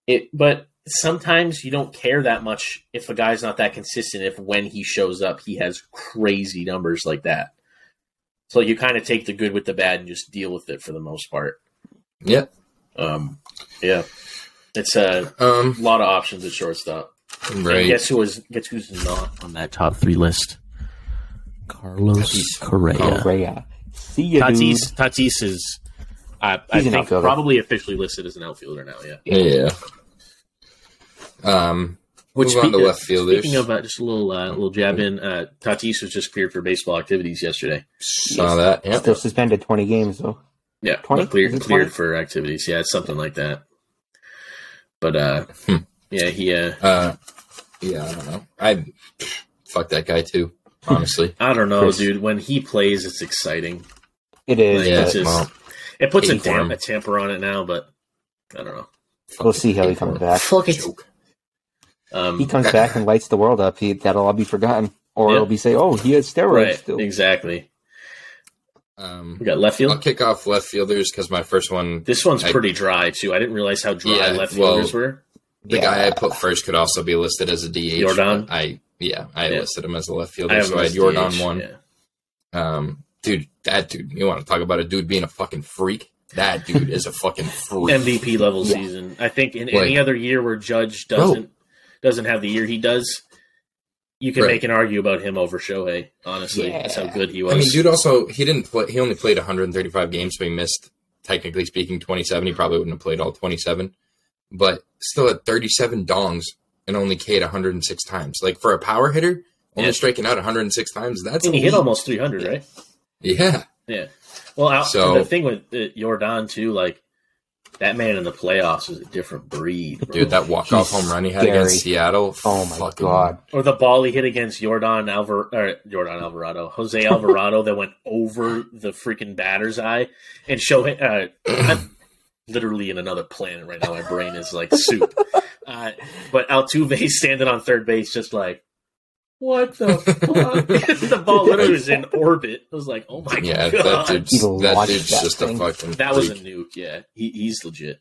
Speaker 3: it but sometimes you don't care that much if a guy's not that consistent if when he shows up he has crazy numbers like that. So you kind of take the good with the bad and just deal with it for the most part.
Speaker 2: Yeah.
Speaker 3: Um, yeah. It's a
Speaker 2: Um.
Speaker 3: lot of options at shortstop. And
Speaker 2: Right.
Speaker 3: guess who was guess who's not on that top three list? Oh,
Speaker 4: Carlos Correa.
Speaker 1: Correa. "Oh, See you, dude.
Speaker 3: Tatis Tatis is I, I
Speaker 1: He's an
Speaker 3: think
Speaker 1: outfielder.
Speaker 3: probably officially listed as an outfielder now, yeah.
Speaker 2: Yeah. Um,
Speaker 3: Which
Speaker 2: move on to
Speaker 3: spe-
Speaker 2: left fielders.
Speaker 3: Speaking of uh, just a little uh, little jab in, uh, Tatis was just cleared for baseball activities yesterday.
Speaker 2: saw that. Yep.
Speaker 1: Still suspended twenty games though.
Speaker 3: Yeah,
Speaker 1: 20? Is
Speaker 3: cleared
Speaker 1: it
Speaker 3: cleared
Speaker 1: 20?
Speaker 3: for activities. Yeah, it's something like that. But uh,
Speaker 2: Hmm.
Speaker 3: yeah, he uh,
Speaker 2: Uh, yeah, I don't know. I fuck that guy too. Honestly,
Speaker 3: I don't know,
Speaker 1: Chris.
Speaker 3: dude. When he plays, it's exciting.
Speaker 1: It is.
Speaker 2: yeah,
Speaker 3: it's just-
Speaker 2: well,
Speaker 3: It puts a,
Speaker 2: Hate for
Speaker 3: dam-
Speaker 2: him.
Speaker 3: a tamper on it now, but I don't know.
Speaker 1: but we'll see how he comes back.
Speaker 3: Fuck it.
Speaker 2: Joke.
Speaker 3: Um,
Speaker 1: He comes back and lights the world up. He, that'll all be forgotten, or
Speaker 3: Yeah.
Speaker 1: it'll be say, "Oh, he has steroids
Speaker 3: right,
Speaker 1: still."
Speaker 3: exactly.
Speaker 2: Um,
Speaker 3: We got left
Speaker 2: I'll
Speaker 3: field.
Speaker 2: kick off left fielders because my first one,
Speaker 3: This one's
Speaker 2: I-
Speaker 3: pretty dry too. I didn't realize how dry
Speaker 2: Yeah,
Speaker 3: left
Speaker 2: well,
Speaker 3: fielders were.
Speaker 2: the
Speaker 1: Yeah.
Speaker 2: guy I put first could also be listed as a DH.
Speaker 3: Jordan?
Speaker 2: but I yeah, I
Speaker 3: Yeah.
Speaker 2: listed him as a left
Speaker 3: I
Speaker 2: fielder,
Speaker 3: have
Speaker 2: so I had
Speaker 3: missed
Speaker 2: Jordan
Speaker 3: DH,
Speaker 2: one.
Speaker 3: yeah.
Speaker 2: Um, dude, that dude. You want to talk about a dude being a fucking freak? That dude is a fucking freak.
Speaker 3: MVP level
Speaker 1: Yeah.
Speaker 3: season. I think in
Speaker 2: Like-
Speaker 3: any other year where Judge
Speaker 2: Bro.
Speaker 3: doesn't doesn't have the year he does, you can
Speaker 2: Right.
Speaker 3: make an argue about him over Shohei. Honestly,
Speaker 1: Yeah.
Speaker 3: that's how good he was.
Speaker 2: I mean, dude. Also, he didn't play. He only played 135 games, so he missed, technically speaking, 27. He probably wouldn't have played all 27, but still had 37 dongs and only K'd 106 times. Like for a power hitter, only
Speaker 3: Yeah.
Speaker 2: striking out 106 times. That's
Speaker 3: And he hit
Speaker 2: elite.
Speaker 3: almost 300, right?
Speaker 2: Yeah,
Speaker 3: Well, out,
Speaker 2: So-
Speaker 3: the thing with uh, Jordan too, like that man in the playoffs is a different breed, bro.
Speaker 2: dude. That walk off
Speaker 1: He's
Speaker 2: home run he had
Speaker 1: scary.
Speaker 2: against Seattle.
Speaker 1: Oh my
Speaker 2: fucking-
Speaker 1: god!
Speaker 3: Or the ball he hit against Jordan Alvar or Jordan Alvarado, Jose Alvarado that went over the freaking batter's eye and show him. Uh, I'm literally in another planet right now. My brain is like soup. Uh, but Altuve standing on third base, just like what the fuck? the ball literally was in orbit. I was like, oh my
Speaker 2: Yeah,
Speaker 3: god,
Speaker 2: that dude's,
Speaker 1: He
Speaker 2: that
Speaker 1: launched
Speaker 2: dude's
Speaker 1: that
Speaker 2: just
Speaker 1: thing.
Speaker 2: a fucking.
Speaker 3: that was a
Speaker 2: freak.
Speaker 3: nuke. Yeah, he, he's legit.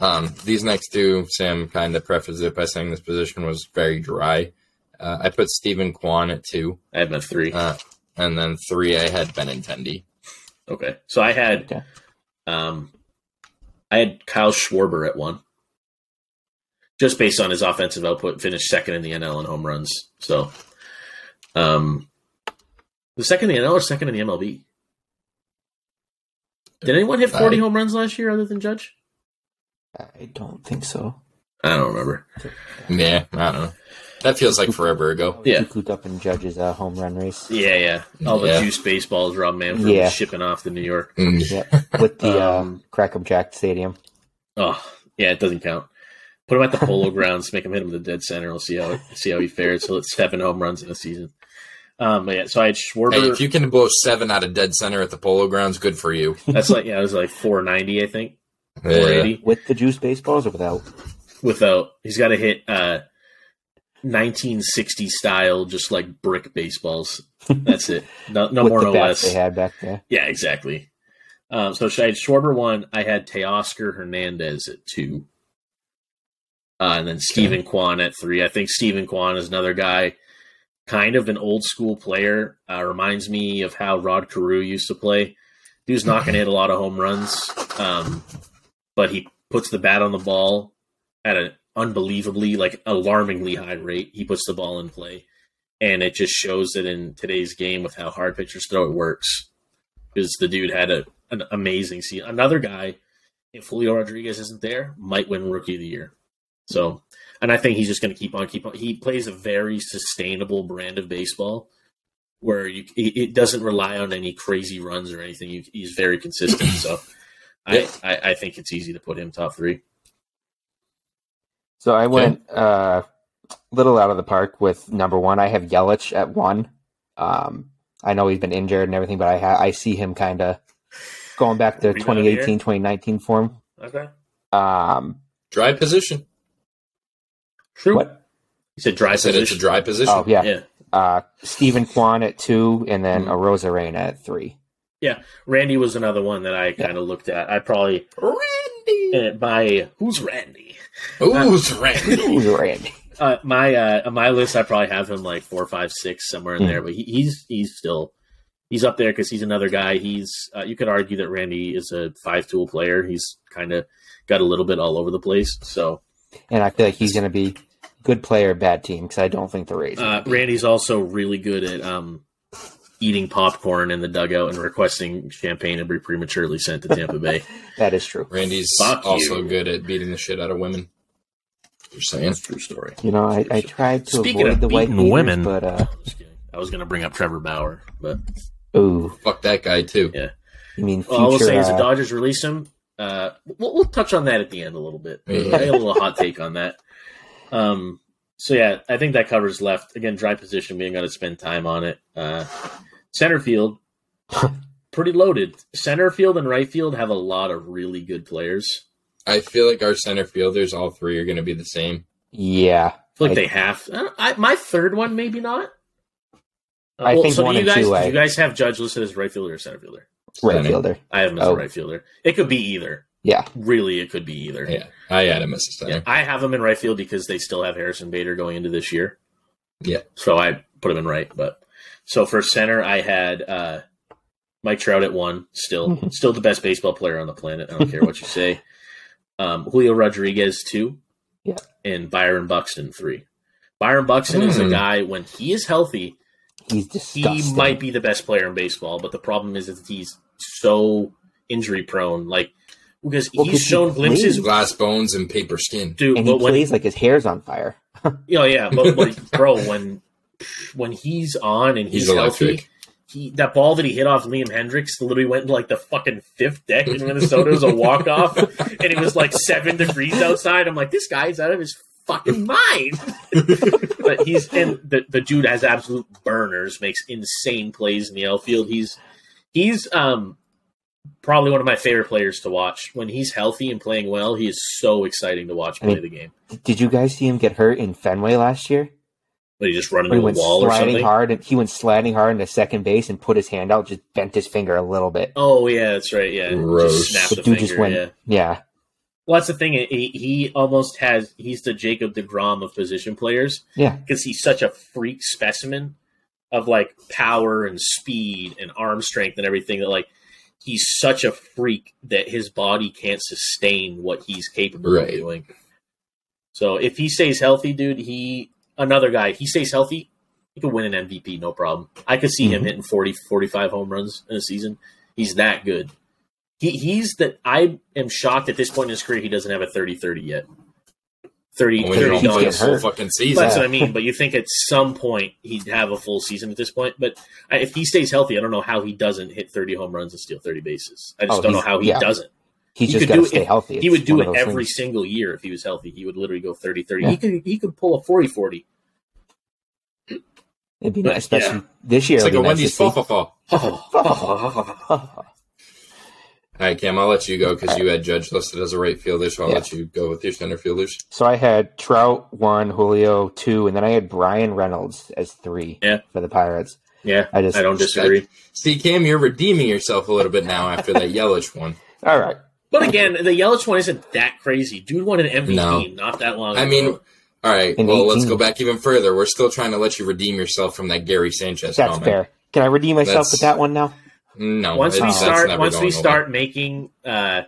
Speaker 2: Um, these next two, Sam kind of prefaced it by saying this position was very dry. Uh, I put Stephen Kwan at two,
Speaker 3: I had my three.
Speaker 2: uh, and then three I had Benintendi.
Speaker 3: Okay, so I had,
Speaker 1: Okay.
Speaker 3: um, I had Kyle Schwarber at one, just based on his offensive output. Finished second in the NL in home runs. So, um, the second in the NL or second in the MLB. Did anyone hit forty
Speaker 2: I-
Speaker 3: home runs last year other than Judge?
Speaker 1: I don't think so.
Speaker 3: I don't remember.
Speaker 2: Yeah, I don't know. That feels like forever ago.
Speaker 3: Oh. Yeah.
Speaker 1: Too cooped up in Judge's uh, home run race.
Speaker 3: Yeah, yeah. All the
Speaker 2: Yeah.
Speaker 3: juice baseballs Rob Manfred
Speaker 1: Yeah.
Speaker 3: was shipping off to New York.
Speaker 2: Mm.
Speaker 1: Yep, with the
Speaker 3: Um,
Speaker 1: uh, Crackham Jack Stadium.
Speaker 3: Oh, yeah, it doesn't count. Put him at the polo grounds, make him hit him to the dead center. We'll see how see how he fares. So it's seven home runs in a season. Um, but yeah, so I had
Speaker 2: Hey,
Speaker 3: Schwarber.
Speaker 2: if you can blow seven out of dead center at the Polo Grounds, good for you. Uh,
Speaker 3: that's like yeah, it was like four ninety, I think, four
Speaker 2: Yeah.
Speaker 3: eighty
Speaker 1: With the juice baseballs or without?
Speaker 3: without. He's got to hit uh, nineteen sixty style, just like brick baseballs. That's it. No, no
Speaker 1: with
Speaker 3: more,
Speaker 1: the
Speaker 3: no
Speaker 1: bats
Speaker 3: less.
Speaker 1: they had back there.
Speaker 3: Yeah, exactly. Um, so I had Schwarber one. I had Teoscar Hernandez at two. Uh, and then Stephen Kwan at three. I think Stephen Kwan is another guy, kind of an old school player. Uh, reminds me of how Rod Carew used to play. Dude's not going to hit a lot of home runs, um, but he puts the bat on the ball at an unbelievably, like alarmingly high rate. He puts the ball in play, and it just shows that in today's game with how hard pitchers throw, it works because the dude had a, an amazing season. Another guy, if Julio Rodriguez isn't there, might win Rookie of the Year. So, and I think he's just going to keep on, keep on. He plays a very sustainable brand of baseball where you it it doesn't rely on any crazy runs or anything. You, he's very consistent. So, I,
Speaker 2: Yeah.
Speaker 3: I I think it's easy to put him top three.
Speaker 1: So I went a uh, little out of the park with number one. I have Yelich at one. Um, I know he's been injured and everything, but I ha- I see him kind of going back to
Speaker 3: Rebound here.
Speaker 1: 2018, 2019 form.
Speaker 3: Okay,
Speaker 1: Um,
Speaker 2: Dry position.
Speaker 3: true.
Speaker 1: What?
Speaker 3: He said dry
Speaker 2: I said it's a
Speaker 3: position.
Speaker 2: dry position.
Speaker 1: oh yeah,
Speaker 3: yeah, Mm-hmm.
Speaker 1: uh, Stephen Kwan at two, and then
Speaker 2: Mhm.
Speaker 1: Arosa Reina at three.
Speaker 3: Randy was another one that I kind of looked at. I probably
Speaker 2: Randy.
Speaker 3: uh, by who's Randy?
Speaker 2: Ooh, it's Randy.
Speaker 1: Who's Randy?
Speaker 3: uh, my uh, on my list, I probably have him like four, five, six, somewhere in
Speaker 1: Hmm.
Speaker 3: there. But he, he's he's still he's up there because he's another guy. He's uh, you could argue that Randy is a five tool player. He's kind of got a little bit all over the place. So
Speaker 1: And I feel like he's going to be good player, bad team because I don't think the Rays.
Speaker 3: uh, Randy's also really good at um, eating popcorn in the dugout and requesting champagne to be prematurely sent to Tampa Bay.
Speaker 1: that is true.
Speaker 2: Randy's
Speaker 3: Fuck you.
Speaker 2: also good at beating the shit out of women. Just saying.
Speaker 3: That's a true story.
Speaker 1: You know, I, I tried to
Speaker 3: Speaking
Speaker 1: avoid
Speaker 3: of
Speaker 1: the white
Speaker 3: beating
Speaker 1: haters,
Speaker 3: women-
Speaker 1: but uh,
Speaker 3: Just kidding. I was going to bring up Trevor Bauer, but
Speaker 1: ooh,
Speaker 2: Fuck that guy too.
Speaker 1: you mean future?
Speaker 3: Well, all we'll say is the
Speaker 1: uh,
Speaker 3: Dodgers release him. Uh, we'll, we'll touch on that at the end a little bit.
Speaker 2: Yeah.
Speaker 3: I have a little hot take on that. Um, so yeah, I think that covers left. Again, dry position. We ain't got to spend time on it. Uh, center field, pretty loaded. Center field and right field have a lot of really good players.
Speaker 2: I feel like our center fielders, all three, are going to be the same.
Speaker 1: Yeah,
Speaker 3: I feel like
Speaker 1: I-
Speaker 3: they have. I, don't- I, my third one, maybe not. Uh,
Speaker 1: I think
Speaker 3: so do
Speaker 1: one
Speaker 3: you
Speaker 1: and
Speaker 3: guys,
Speaker 1: two,
Speaker 3: do
Speaker 1: I-
Speaker 3: you guys have Judge listed as right fielder or center fielder?
Speaker 1: right
Speaker 2: Center.
Speaker 1: fielder.
Speaker 3: I have him as a
Speaker 1: Oh.
Speaker 3: right fielder. It could be either.
Speaker 1: Yeah.
Speaker 3: Really, it could be either.
Speaker 2: Yeah, I had him as a center.
Speaker 3: Yeah, I have him in right field because they still have Harrison Bader going into this year.
Speaker 2: Yeah.
Speaker 3: So I put him in right, but so for center I had uh Mike Trout at one, still still the best baseball player on the planet. I don't care what you say. Um Julio Rodriguez two.
Speaker 1: Yeah.
Speaker 3: And Byron Buxton three. Byron Buxton is a
Speaker 2: Hmm.
Speaker 3: guy when he is healthy,
Speaker 1: He's
Speaker 3: he
Speaker 1: disgusting.
Speaker 3: might be the best player in baseball, but the problem is that he's so injury prone. Like because
Speaker 1: Well, 'cause
Speaker 3: he's
Speaker 1: he
Speaker 3: shown glimpses
Speaker 1: plays.
Speaker 2: Glass bones and paper skin.
Speaker 3: dude,
Speaker 1: and he
Speaker 3: but when
Speaker 1: plays like his hair's on fire.
Speaker 3: Yeah, oh, yeah, but like, bro, when when he's on and he's,
Speaker 2: He's
Speaker 3: healthy,
Speaker 2: electric.
Speaker 3: he, that ball that he hit off Liam Hendricks literally went into, like the fucking fifth deck in Minnesota It was a walk off, and it was like seven degrees outside. I'm like, this guy's out of his fucking mind. but he's and the the dude has absolute burners, makes insane plays in the outfield. He's he's um probably one of my favorite players to watch when he's healthy and playing well. He is so exciting to watch
Speaker 1: I mean,
Speaker 3: play the game.
Speaker 1: Did you guys see him get hurt in Fenway last year?
Speaker 3: But he just run
Speaker 1: Where
Speaker 3: into
Speaker 1: he
Speaker 3: a
Speaker 1: went
Speaker 3: wall or something.
Speaker 1: sliding hard, and he went sliding hard into second base and put his hand out, just bent his finger a little bit.
Speaker 3: Oh yeah, that's right. Yeah,
Speaker 2: Gross.
Speaker 3: just snap
Speaker 1: The
Speaker 3: the,
Speaker 1: dude
Speaker 3: finger.
Speaker 1: just went,
Speaker 3: Yeah.
Speaker 1: yeah,
Speaker 3: Well, that's the thing. He, he almost has. He's the Jacob Degrom of position players
Speaker 1: yeah.
Speaker 3: because he's such a freak specimen of like power and speed and arm strength and everything that like he's such a freak that his body can't sustain what he's capable of
Speaker 2: Right.
Speaker 3: doing. So if he stays healthy, dude, he another guy. He stays healthy, he could win an MVP, no problem. I could see
Speaker 2: Mm-hmm.
Speaker 3: him
Speaker 1: Mhm.
Speaker 3: hitting 40, 45 home runs in a season. He's that good. He, he's that. I am shocked at this point in his career he doesn't have a 30-30 yet. 30,
Speaker 2: When
Speaker 3: 30
Speaker 2: you're
Speaker 1: he's
Speaker 2: playing
Speaker 1: getting
Speaker 3: done.
Speaker 2: this whole
Speaker 1: hurt.
Speaker 2: fucking
Speaker 3: But
Speaker 2: season.
Speaker 3: That's what I mean. But you think at some point he'd have a full season at this point. But I- if he stays healthy, I don't know how he doesn't hit 30 home runs and steal 30 bases. I just
Speaker 1: Oh,
Speaker 3: don't know
Speaker 1: he's-
Speaker 3: how he
Speaker 1: yeah.
Speaker 3: doesn't.
Speaker 1: He's
Speaker 3: He
Speaker 1: just
Speaker 3: could
Speaker 1: got
Speaker 3: do
Speaker 1: to
Speaker 3: it
Speaker 1: stay
Speaker 3: if-
Speaker 1: healthy.
Speaker 3: he
Speaker 1: It's
Speaker 3: would do
Speaker 1: one of
Speaker 3: it
Speaker 1: those
Speaker 3: every
Speaker 1: things.
Speaker 3: single year if he was healthy. He would literally go 30 30. He
Speaker 1: Yeah.
Speaker 3: could he could pull a 40 40.
Speaker 1: It'd be
Speaker 3: but,
Speaker 1: nice, especially this year.
Speaker 2: It's like a
Speaker 1: it'd be nice to
Speaker 2: Wendy's
Speaker 1: see.
Speaker 2: fall, fall, fall. All right, Cam, I'll let you go because you had Judge listed as a right fielder, so I'll
Speaker 1: Yeah.
Speaker 2: let you go with your center fielders.
Speaker 1: So I had Trout one, Julio two, and then I had Brian Reynolds as three
Speaker 3: Yeah.
Speaker 1: for the Pirates.
Speaker 3: Yeah,
Speaker 1: I just
Speaker 3: I don't disagree.
Speaker 2: See, Cam, you're redeeming yourself a little bit now after that yellowish one.
Speaker 1: all right.
Speaker 3: But again, the Yelich one isn't that crazy. Dude won an MVP
Speaker 2: No.
Speaker 3: not that long
Speaker 2: I
Speaker 3: ago.
Speaker 2: mean,
Speaker 3: uh,
Speaker 2: all right,
Speaker 1: In
Speaker 2: well, let's
Speaker 1: 18.
Speaker 2: go back even further. We're still trying to let you redeem yourself from that Gary Sanchez
Speaker 1: That's
Speaker 2: comment.
Speaker 1: fair. Can I redeem myself
Speaker 2: That's-
Speaker 1: with that one now?
Speaker 2: No,
Speaker 3: once we
Speaker 2: that's
Speaker 3: start
Speaker 2: never
Speaker 3: once we
Speaker 2: going
Speaker 3: start making uh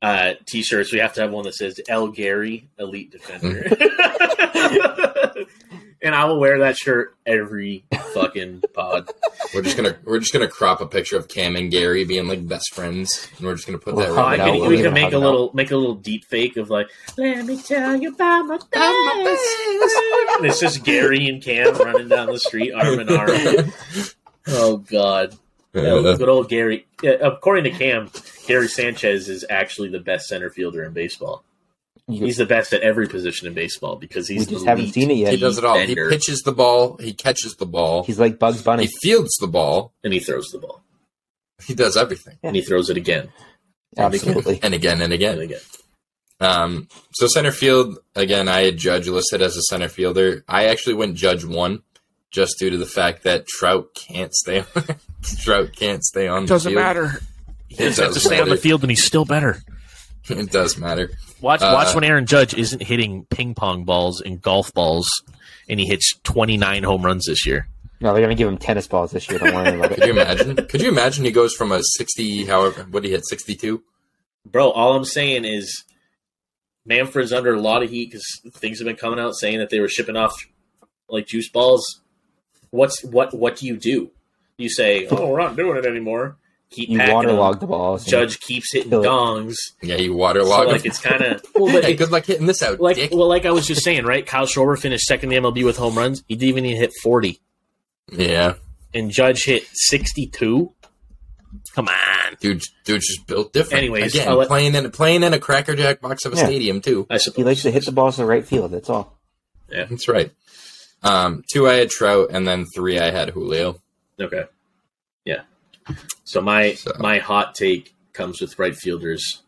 Speaker 3: uh t-shirts we have to have one that says l gary elite defender
Speaker 2: Hmm.
Speaker 3: and i will wear that shirt every fucking pod
Speaker 2: away. We're just gonna we're just gonna crop a picture of Cam and Gary being like best friends, and we're just gonna put that
Speaker 1: Well,
Speaker 3: Oh, I
Speaker 2: right
Speaker 1: no,
Speaker 3: can,
Speaker 1: we're
Speaker 3: we
Speaker 1: gonna
Speaker 3: can make
Speaker 1: hug
Speaker 3: a
Speaker 1: it
Speaker 3: little make a little deep fake of like let me tell you about my best and it's just gary and cam running down the street arm in arm oh god yeah,
Speaker 2: Uh,
Speaker 3: good old Gary. Yeah, according to Cam, Gary Sanchez is actually the best center fielder in baseball.
Speaker 1: You-
Speaker 3: He's the best at every position in baseball because he's
Speaker 1: We just
Speaker 3: the
Speaker 1: haven't
Speaker 3: lead
Speaker 1: seen it yet.
Speaker 2: He does it all. He
Speaker 3: defender,
Speaker 2: pitches the ball. He catches the ball.
Speaker 1: He's like Bugs Bunny.
Speaker 2: He fields the ball.
Speaker 3: and he throws the ball
Speaker 2: He does everything.
Speaker 3: and he throws it again
Speaker 1: Absolutely.
Speaker 2: And again and
Speaker 3: and
Speaker 2: again.
Speaker 3: again.
Speaker 2: Um, so center field again. I had Judge listed as a center fielder. I actually went Judge one, just due to the fact that Trout can't stay. On, Trout can't stay on.
Speaker 5: Doesn't
Speaker 2: the field.
Speaker 5: matter. He
Speaker 2: It
Speaker 5: just has to
Speaker 2: does
Speaker 5: stay on the
Speaker 2: matter.
Speaker 5: field, and he's still better.
Speaker 2: It does matter.
Speaker 3: Watch,
Speaker 2: Uh,
Speaker 3: watch when Aaron Judge isn't hitting ping pong balls and golf balls, and he hits twenty nine home runs this year.
Speaker 1: No, they're gonna give him tennis balls this year. Don't worry about
Speaker 2: Could you
Speaker 1: it.
Speaker 2: imagine? Could you imagine he goes from a sixty? However, what he hit sixty two.
Speaker 3: Bro, all I'm saying is Manfred's under a lot of heat because things have been coming out saying that they were shipping off like juice balls. What's what? What do you do? You say, "Oh, we're not doing it anymore." Keep
Speaker 1: You
Speaker 3: packing them.
Speaker 1: waterlog the balls. and-
Speaker 3: Judge keeps hitting
Speaker 1: Kill it.
Speaker 3: dongs.
Speaker 2: Yeah, he
Speaker 3: So,
Speaker 2: waterlogged.
Speaker 3: like
Speaker 2: him.
Speaker 3: it's kind of well, but
Speaker 2: Hey,
Speaker 3: it-
Speaker 2: good luck hitting this out,
Speaker 3: like
Speaker 2: Dick.
Speaker 3: well, like I was just saying, right? Kyle Schwarber finished second in the MLB with home runs. He didn't even hit forty,
Speaker 2: Yeah,
Speaker 3: and Judge hit sixty-two. Come on,
Speaker 2: dude, dude's just built different.
Speaker 3: Anyways,
Speaker 2: again,
Speaker 3: I'll let-
Speaker 2: playing in playing in a crackerjack box of a
Speaker 1: Yeah.
Speaker 2: stadium too.
Speaker 3: I suppose
Speaker 1: He likes to hit the balls to the right field. That's all.
Speaker 3: Yeah.
Speaker 2: That's right. Um, two, I had Trout, and then three, I had Julio.
Speaker 3: Okay. Yeah. So my
Speaker 2: So-
Speaker 3: my hot take comes with right fielders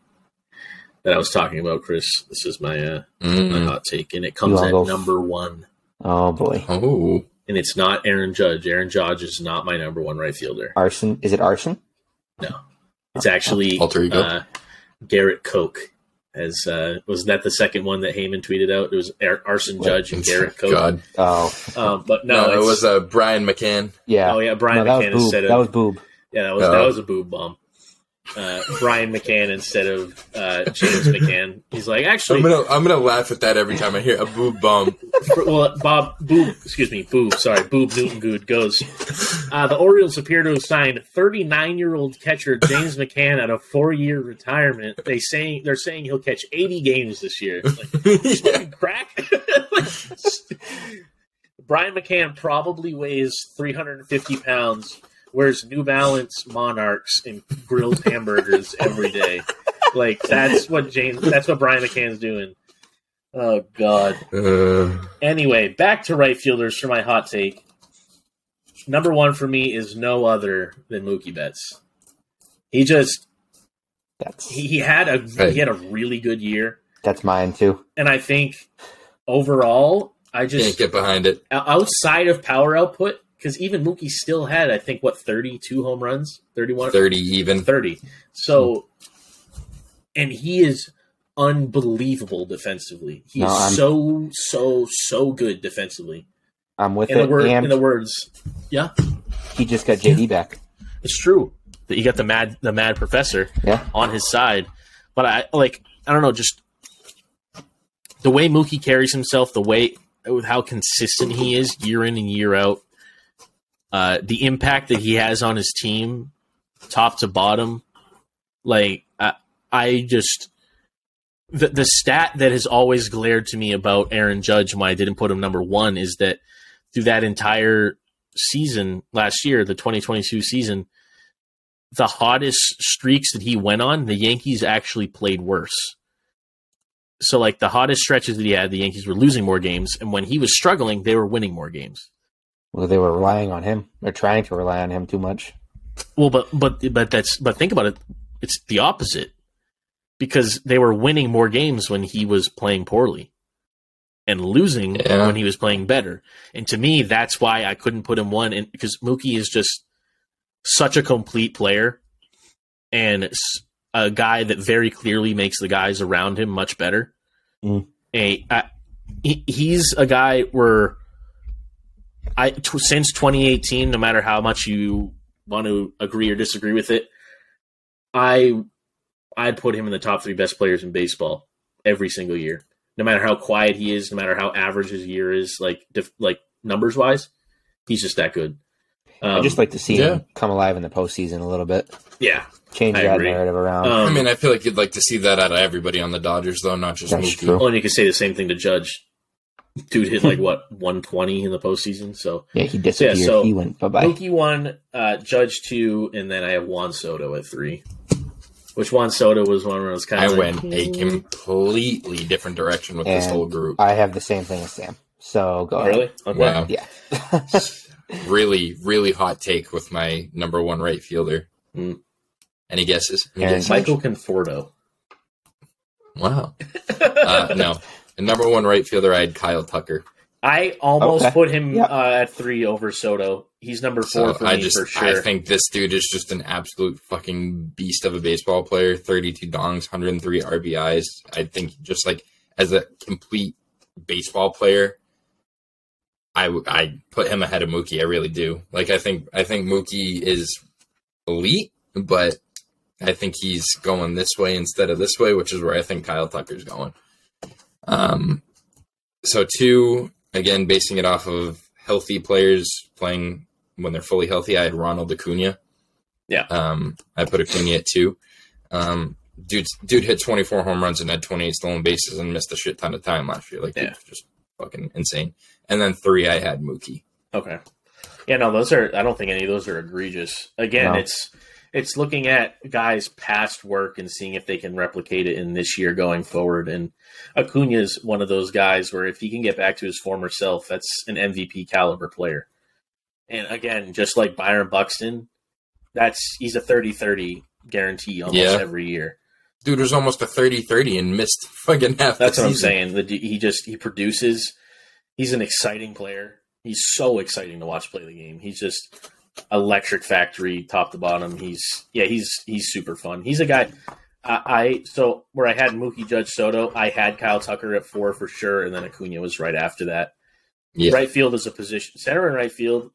Speaker 3: that I was talking about, Chris. This is my uh, my
Speaker 2: Mm.
Speaker 3: hot take, and it comes
Speaker 1: wanna
Speaker 3: at
Speaker 1: go f-
Speaker 3: number one.
Speaker 1: Oh boy,
Speaker 2: Oh,
Speaker 3: And it's not Aaron Judge. Aaron Judge is not my number one right fielder.
Speaker 1: arson? Is it arson?
Speaker 3: It's actually
Speaker 2: Alter ego.
Speaker 3: uh, Garrett Koch. As uh, was that the second one that Heyman tweeted out? It was Ar- Arson Judge and Garrett Koch.
Speaker 2: God.
Speaker 1: Oh
Speaker 3: Um, but no,
Speaker 2: No, it
Speaker 3: it's-
Speaker 2: was uh, Brian McCann.
Speaker 1: yeah.
Speaker 3: Oh yeah, Brian
Speaker 1: No, that
Speaker 3: McCann
Speaker 1: was boob.
Speaker 3: instead of
Speaker 1: that was boob.
Speaker 3: yeah, that was
Speaker 2: Oh.
Speaker 3: that was a boob bomb. Uh, Brian McCann instead of uh, James McCann. He's like actually,
Speaker 2: I'm gonna I'm gonna laugh at that every time I hear a boob bum.
Speaker 3: for- well, Bob Boob, excuse me, Boob, sorry, Boob Newton Good goes. Uh, the Orioles appear to have signed 39 year old catcher James McCann out of four year retirement. They saying they're saying he'll catch 80 games this year. It's Like,
Speaker 2: yeah.
Speaker 3: fucking crack. Brian McCann probably weighs 350 pounds, wears New Balance Monarchs, and grills hamburgers every day. Like that's what James. That's what Brian McCann's doing. Oh God.
Speaker 2: Uh,
Speaker 3: Anyway, back to right fielders for my hot take. Number one for me is no other than Mookie Betts. He just
Speaker 1: That's
Speaker 3: he, he had a
Speaker 2: Hey.
Speaker 3: he had a really good year,
Speaker 1: that's mine too.
Speaker 3: and I think overall, I just
Speaker 2: can't get behind it.
Speaker 3: o- outside of power output, because even Mookie still had, I think, what, 32 home runs? 31? 30.
Speaker 2: Thirty even.
Speaker 3: So, and he is unbelievable defensively. He
Speaker 1: No,
Speaker 3: is
Speaker 1: I'm-
Speaker 3: so, so, so good defensively.
Speaker 1: I'm with
Speaker 3: In the,
Speaker 1: it.
Speaker 3: word,
Speaker 1: and
Speaker 3: in the words, yeah,
Speaker 1: he just got JD back.
Speaker 3: it's true that you got the mad, the mad professor
Speaker 1: Yeah.
Speaker 3: on his side. But I like, I don't know, just the way Mookie carries himself, the way with how consistent he is year in and year out, uh, the impact that he has on his team, top to bottom. Like I, I just the the stat that has always glared to me about Aaron Judge and why I didn't put him number one is that through that entire season last year, the 2022 season, the hottest streaks that he went on, the Yankees actually played worse. So like the hottest stretches that he had, the Yankees were losing more games, and when he was struggling, they were winning more games.
Speaker 1: Well, they were relying on him or trying to rely on him too much.
Speaker 3: Well, but but but that's but think about it, it's the opposite because they were winning more games when he was playing poorly and losing
Speaker 2: Yeah.
Speaker 3: when he was playing better. And to me, that's why I couldn't put him one and because Mookie is just such a complete player and s- a guy that very clearly makes the guys around him much better.
Speaker 1: Mm.
Speaker 3: A, I, he, he's a guy where I t- since 2018, no matter how much you want to agree or disagree with it, I I'd put him in the top three best players in baseball every single year. No matter how quiet he is, no matter how average his year is, like dif- like numbers wise, he's just that good. Um,
Speaker 1: I just like to see
Speaker 2: yeah.
Speaker 1: him come alive in the postseason a little bit.
Speaker 3: yeah,
Speaker 1: Change
Speaker 3: I
Speaker 1: that
Speaker 3: agree.
Speaker 1: narrative around.
Speaker 3: Um,
Speaker 2: I mean, I feel like you'd like to see that out of everybody on the Dodgers, though, not just
Speaker 1: That's
Speaker 2: Mookie.
Speaker 1: true.
Speaker 3: Well, and you could say the same thing to Judge. Dude hit like what 120 in the postseason. So
Speaker 1: yeah, he disappeared.
Speaker 3: so-
Speaker 1: he went bye bye.
Speaker 3: Mookie one, uh, Judge two, and then I have Juan Soto at three. Which Juan Soto was one where I was kind
Speaker 2: I
Speaker 3: of like, "Hmm,
Speaker 2: went a completely different direction with this
Speaker 1: And
Speaker 2: whole group.
Speaker 1: I have the same thing as Sam. So go
Speaker 3: Oh, really? Okay.
Speaker 2: Wow.
Speaker 1: ahead. Yeah.
Speaker 2: really, really hot take with my number one right fielder.
Speaker 3: Hmm.
Speaker 2: Any guesses? Any
Speaker 1: Mm. And-
Speaker 2: guesses?
Speaker 3: Michael Conforto.
Speaker 2: Wow. Uh, no. The number one right fielder, I had Kyle Tucker.
Speaker 3: I almost
Speaker 1: Okay.
Speaker 3: put him
Speaker 1: Yeah.
Speaker 3: uh, at three over Soto. He's number four
Speaker 2: So
Speaker 3: for
Speaker 2: I
Speaker 3: me
Speaker 2: just,
Speaker 3: for sure.
Speaker 2: I think this dude is just an absolute fucking beast of a baseball player. 32 dongs, 103 RBIs. I think just like as a complete baseball player, I, w- I put him ahead of Mookie. I really do. Like, I think, I think Mookie is elite, but I think he's going this way instead of this way, which is where I think Kyle Tucker's going. Um, so two, again, basing it off of healthy players playing when they're fully healthy, I had Ronald Acuna.
Speaker 3: Yeah.
Speaker 2: Um, I put Acuna at two. Um, dude, dude hit 24 home runs and had 28 stolen bases and missed a shit ton of time last year. Like,
Speaker 3: Yeah.
Speaker 2: dude's just fucking insane. And then three, I had Mookie.
Speaker 3: Okay. Yeah, no, those are. I don't think any of those are egregious. Again,
Speaker 1: No.
Speaker 3: it's it's looking at guys' past work and seeing if they can replicate it in this year going forward. And Acuna is one of those guys where if he can get back to his former self, that's an MVP caliber player. And again, just like Byron Buxton, that's he's a 30-30 guarantee almost
Speaker 2: Yeah.
Speaker 3: every year.
Speaker 2: Dude was almost a 30-30 and missed fucking half.
Speaker 3: That's
Speaker 2: the
Speaker 3: what I'm
Speaker 2: season.
Speaker 3: saying. The, he just he produces. He's an exciting player. He's so exciting to watch play the game. He's just electric factory, top to bottom. He's yeah, he's he's super fun. He's a guy. I, I so where I had Mookie Judge Soto, I had Kyle Tucker at four for sure, and then Acuna was right after that.
Speaker 2: Yeah.
Speaker 3: Right field is a position. Center and right field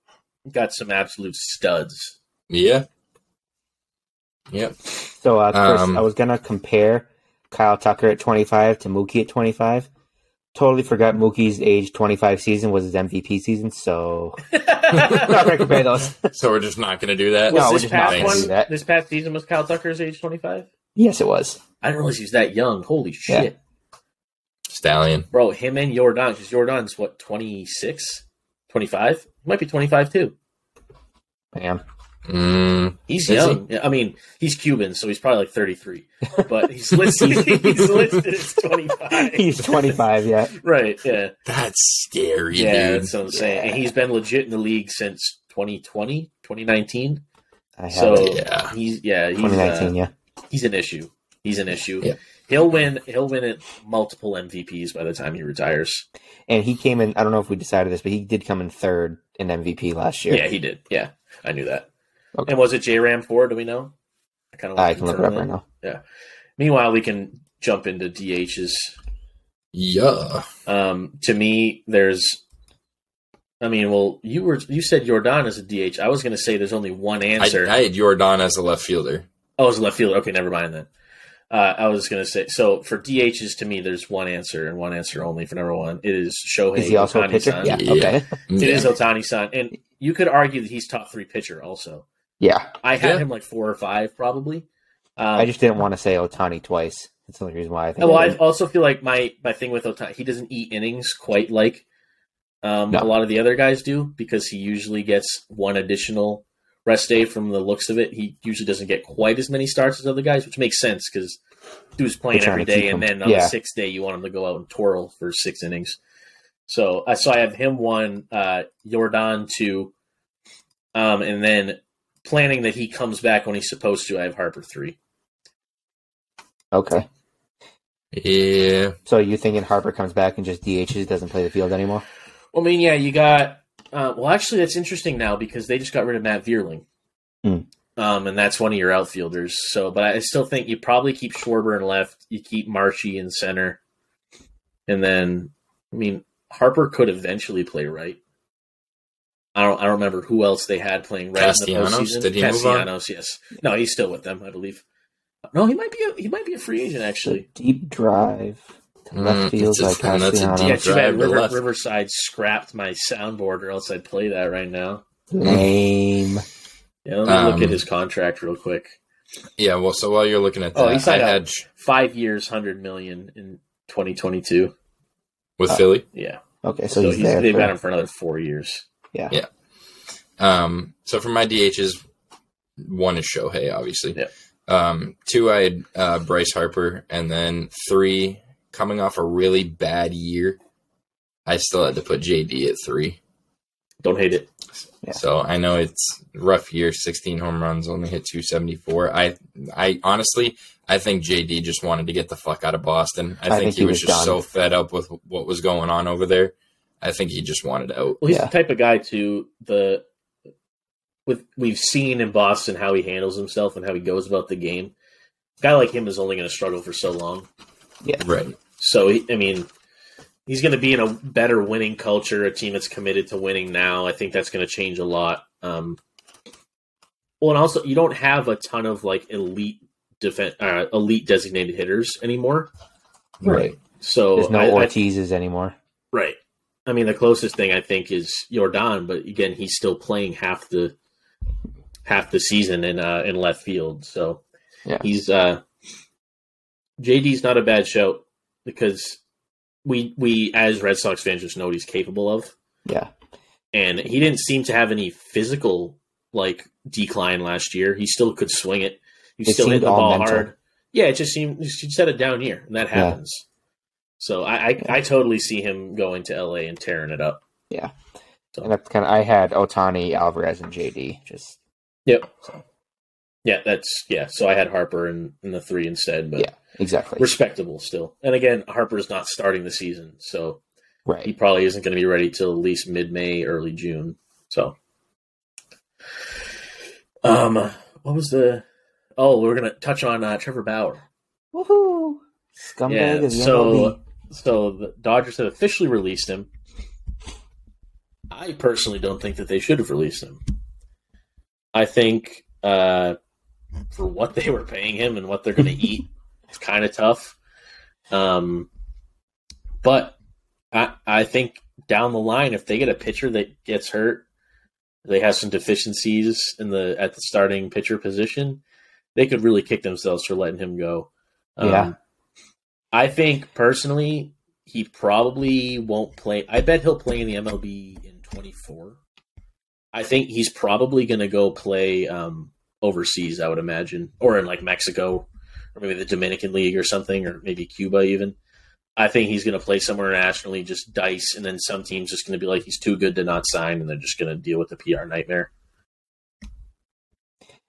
Speaker 3: got some absolute studs.
Speaker 2: Yeah. Yep.
Speaker 1: So uh, Chris,
Speaker 2: Um,
Speaker 1: I was gonna compare Kyle Tucker at 25 to Mookie at 25. Totally forgot Mookie's age 25 season was his MVP season, so not gonna compare those.
Speaker 2: So we're just not going to do that.
Speaker 1: No, we're
Speaker 3: was this
Speaker 1: just not
Speaker 3: past
Speaker 2: gonna
Speaker 1: do
Speaker 3: one?
Speaker 1: that.
Speaker 3: This past season was Kyle Tucker's age twenty five.
Speaker 1: yes, it was.
Speaker 3: I didn't realize he's that young. Holy shit.
Speaker 1: Yeah.
Speaker 2: Stallion.
Speaker 3: Bro, him and Jordan, because Jordan's what, 26? 25? He might be 25 too.
Speaker 1: Bam.
Speaker 2: Mm,
Speaker 3: He's
Speaker 2: Is he?
Speaker 3: young. I mean, he's Cuban, so he's probably like 33. But he's listed, he's listed as 25.
Speaker 1: He's 25, yeah.
Speaker 3: Right, yeah.
Speaker 2: that's scary,
Speaker 3: yeah,
Speaker 2: dude.
Speaker 3: that's what I'm saying. And he's been legit in the league since 2020, 2019.
Speaker 1: I have
Speaker 3: So
Speaker 1: it.
Speaker 2: Yeah.
Speaker 3: he's, yeah, he's,
Speaker 1: 2019,
Speaker 3: uh,
Speaker 1: yeah.
Speaker 3: he's an issue. He's an issue.
Speaker 2: Yeah.
Speaker 3: He'll win. He'll win it multiple MVPs by the time he retires.
Speaker 1: And he came in. I don't know if we decided this, but he did come in third in MVP last year.
Speaker 3: Yeah, he did. Yeah, I knew that.
Speaker 1: Okay.
Speaker 3: And was it J Ram four? Do we know? I kind of
Speaker 1: I can look it up right now.
Speaker 3: Meanwhile, we can jump into DHs.
Speaker 2: Yeah.
Speaker 3: Um, to me, there's. I mean, well, you were you said Jordan is a DH. I was going to say there's only one
Speaker 2: I,
Speaker 3: answer.
Speaker 2: I had Jordan as a left fielder.
Speaker 3: oh, it's left fielder. Okay, never mind then. Uh, I was going to say so for DHs to me, there's one answer and one answer only for number one. It is Shohei.
Speaker 1: Is he also a pitcher?
Speaker 3: Ohtani-san.
Speaker 1: Yeah.
Speaker 2: Yeah.
Speaker 1: Okay.
Speaker 3: It
Speaker 2: Yeah.
Speaker 3: is Otani san, and you could argue that he's top three pitcher also.
Speaker 1: Yeah.
Speaker 3: I had
Speaker 2: Yeah.
Speaker 3: him like four or five probably. Um, oh,
Speaker 1: I just didn't want to say Otani twice. That's the only reason why I think.
Speaker 3: well, I
Speaker 1: did.
Speaker 3: also feel like my my thing with Otani, he doesn't eat innings quite like um,
Speaker 1: No.
Speaker 3: a lot of the other guys do because he usually gets one additional rest day. From the looks of it, he usually doesn't get quite as many starts as other guys, which makes sense because dude's playing
Speaker 1: They're trying
Speaker 3: every
Speaker 1: to keep
Speaker 3: day, and
Speaker 1: him.
Speaker 3: then on
Speaker 1: Yeah.
Speaker 3: the sixth day, you want him to go out and twirl for six innings. So I so I have him one, uh, Jordan two, um, and then planning that he comes back when he's supposed to. I have Harper three.
Speaker 1: Okay.
Speaker 2: Yeah.
Speaker 1: So you thinking Harper comes back and just DHs doesn't play the field anymore?
Speaker 3: Well, I mean, yeah, you got. Uh, well, actually, that's interesting now because they just got rid of Matt Vierling,
Speaker 1: Hmm.
Speaker 3: um, and that's one of your outfielders. So, but I still think you probably keep Schwarber in left. You keep Marchie in center, and then I mean Harper could eventually play right. I don't. I don't remember who else they had playing right in
Speaker 2: Castellanos?
Speaker 3: the postseason.
Speaker 2: Did he move on?
Speaker 3: Castellanos, yes. No, he's still with them, I believe. No, he might be. A, he might be a free agent actually.
Speaker 1: Deep drive to
Speaker 2: Mm,
Speaker 1: left field
Speaker 2: it's just-
Speaker 1: by
Speaker 2: and that's a
Speaker 1: Castellanos.
Speaker 3: Yeah,
Speaker 2: deep
Speaker 3: too
Speaker 2: drive
Speaker 3: bad
Speaker 2: to
Speaker 3: River,
Speaker 2: left.
Speaker 3: Riverside scrapped my soundboard, or else I'd play that right now.
Speaker 1: Lame.
Speaker 3: Yeah, let me look
Speaker 2: Um,
Speaker 3: at his contract real quick.
Speaker 2: Yeah. Well, so while you're looking at that,
Speaker 3: Oh, he
Speaker 2: I
Speaker 3: signed
Speaker 2: had
Speaker 3: Five years, hundred million in twenty twenty two.
Speaker 2: with
Speaker 1: Uh,
Speaker 2: Philly.
Speaker 3: Yeah,
Speaker 1: Okay, so,
Speaker 3: so,
Speaker 1: he's,
Speaker 3: he's,
Speaker 1: there.
Speaker 3: they've
Speaker 1: for-
Speaker 3: got him for another four years.
Speaker 2: Um, so for my DHs, one is Shohei, obviously.
Speaker 3: Yeah.
Speaker 2: Um, two, I had uh, Bryce Harper, and then three, coming off a really bad year, I still had to put JD at three.
Speaker 3: Don't hate it.
Speaker 1: Yeah.
Speaker 2: So I know it's rough year. Sixteen home runs, only hit two seventy four. I, I honestly, I think JD just wanted to get the fuck out of Boston. I, think, he, was, just
Speaker 1: done.
Speaker 2: so fed up with what was going on over there. I think he just wanted out.
Speaker 3: Well, he's
Speaker 1: Yeah.
Speaker 3: the type of guy to the with we've seen in Boston how he handles himself and how he goes about the game. A guy like him is only going to struggle for so long.
Speaker 2: Right.
Speaker 3: So he- I mean, he's going to be in a better winning culture, a team that's committed to winning now. I think that's going to change a lot. Um, well, and also you don't have a ton of like elite defense, uh, elite designated hitters anymore.
Speaker 1: Right.
Speaker 3: So
Speaker 1: There's no
Speaker 3: I- I-
Speaker 1: Ortizes anymore.
Speaker 3: right. I mean, the closest thing I think is Jordan, but again, he's still playing half the half the season in uh, in left field. So
Speaker 1: Yeah.
Speaker 3: he's uh, JD's not a bad shout because we we as Red Sox fans just know what he's capable of,
Speaker 1: Yeah.
Speaker 3: and he didn't seem to have any physical like decline last year. He still could swing it. He
Speaker 1: It
Speaker 3: still hit
Speaker 1: seemed
Speaker 3: the
Speaker 1: all
Speaker 3: ball
Speaker 1: mental.
Speaker 3: hard. Yeah, it just seemed he just had a down year, and that
Speaker 1: Yeah.
Speaker 3: happens. So I, I I totally see him going to LA and tearing it up.
Speaker 1: And that's kind of I had Otani, Alvarez, and JD. Just
Speaker 3: Yeah, that's yeah. So I had Harper in, in the three instead, but
Speaker 1: Yeah. exactly
Speaker 3: respectable still. And again, Harper's not starting the season, so he
Speaker 1: right.
Speaker 3: probably isn't going to be ready till at least mid May, early June. So, um, what was the? Oh, we we're going to touch on uh, Trevor Bauer.
Speaker 1: Woohoo! Scumbag
Speaker 3: Yeah,
Speaker 1: of the
Speaker 3: so
Speaker 1: MLB.
Speaker 3: so the Dodgers have officially released him. I personally don't think that they should have released him. I think uh, for what they were paying him and what they're going to eat, it's kind of tough. Um, but I I think down the line, if they get a pitcher that gets hurt, they have some deficiencies in the at the starting pitcher position, they could really kick themselves for letting him go. Um,
Speaker 1: Yeah.
Speaker 3: I think personally, he probably won't play. I bet he'll play in the MLB in 24. I think he's probably going to go play um, overseas, I would imagine, or in like Mexico, or maybe the Dominican League or something, or maybe Cuba even. I think he's going to play somewhere internationally, just dice, and then some team's just going to be like, he's too good to not sign, and they're just going to deal with the PR nightmare.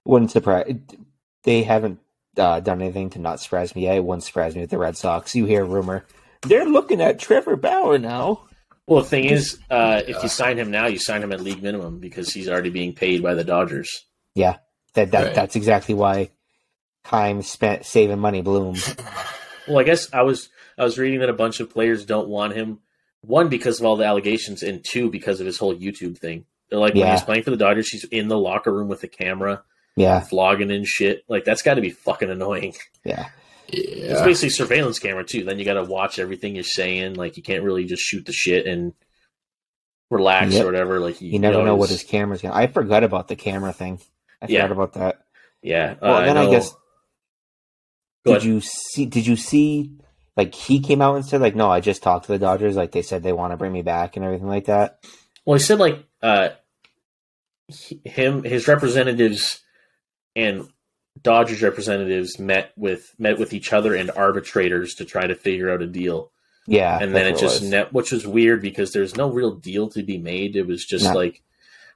Speaker 1: Wouldn't surprise. They haven't uh, done anything to not surprise me. yet. It wouldn't surprise me with the Red Sox. You hear a rumor they're looking at Trevor Bauer now.
Speaker 3: Well, the thing is, uh, if
Speaker 2: Yeah.
Speaker 3: you sign him now, you sign him at league minimum because he's already being paid by the Dodgers.
Speaker 1: That that
Speaker 2: Right.
Speaker 1: that's exactly why time spent saving money bloom.
Speaker 3: Well, I guess I was I was reading that a bunch of players don't want him. One because of all the allegations, and two because of his whole YouTube thing. They're like when
Speaker 1: Yeah.
Speaker 3: he's playing for the Dodgers, he's in the locker room with a camera,
Speaker 1: Yeah,
Speaker 3: vlogging and shit. Like that's got to be fucking annoying.
Speaker 1: yeah,
Speaker 3: It's
Speaker 2: Yeah.
Speaker 3: basically surveillance camera too. Then you got to watch everything you're saying. Like you can't really just shoot the shit and relax
Speaker 1: Yep.
Speaker 3: or whatever. Like
Speaker 1: you never know what
Speaker 3: it's-
Speaker 1: his camera's gonna. I forgot about the camera thing. I
Speaker 3: Yeah.
Speaker 1: forgot about that.
Speaker 3: Yeah. Uh,
Speaker 1: Well, then I
Speaker 3: know.
Speaker 1: guess-
Speaker 3: Go
Speaker 1: did
Speaker 3: ahead.
Speaker 1: you see? Did you see? Like he came out and said, like, no, I just talked to the Dodgers. Like they said they want to bring me back and everything like that.
Speaker 3: Well, he said like uh, he- him, his representatives, and Dodgers representatives met with met with each other and arbitrators to try to figure out a deal.
Speaker 1: Yeah,
Speaker 3: and then it
Speaker 1: that's what
Speaker 3: just
Speaker 1: was.
Speaker 3: net, which was weird because there's no real deal to be made. It was just
Speaker 1: No.
Speaker 3: like,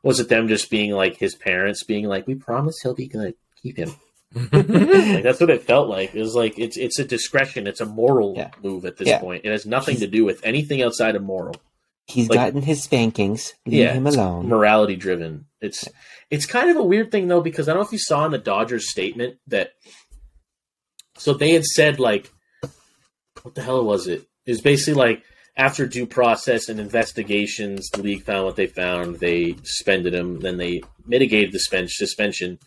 Speaker 3: was it them just being like his parents being like, "We promise he'll be good, keep him." Like that's what it felt like. It was like it's it's a discretion, it's a moral
Speaker 1: Yeah.
Speaker 3: move at this
Speaker 1: Yeah.
Speaker 3: point. It has nothing to do with anything outside of moral.
Speaker 1: He's
Speaker 3: like-
Speaker 1: gotten his spankings. Leave
Speaker 3: Yeah.
Speaker 1: him alone.
Speaker 3: morality driven. It's it's kind of a weird thing though because I don't know if you saw in the Dodgers statement that so they had said like what the hell was it? It was basically like after due process and investigations, the league found what they found. They suspended him. Then they mitigated the spen- suspension.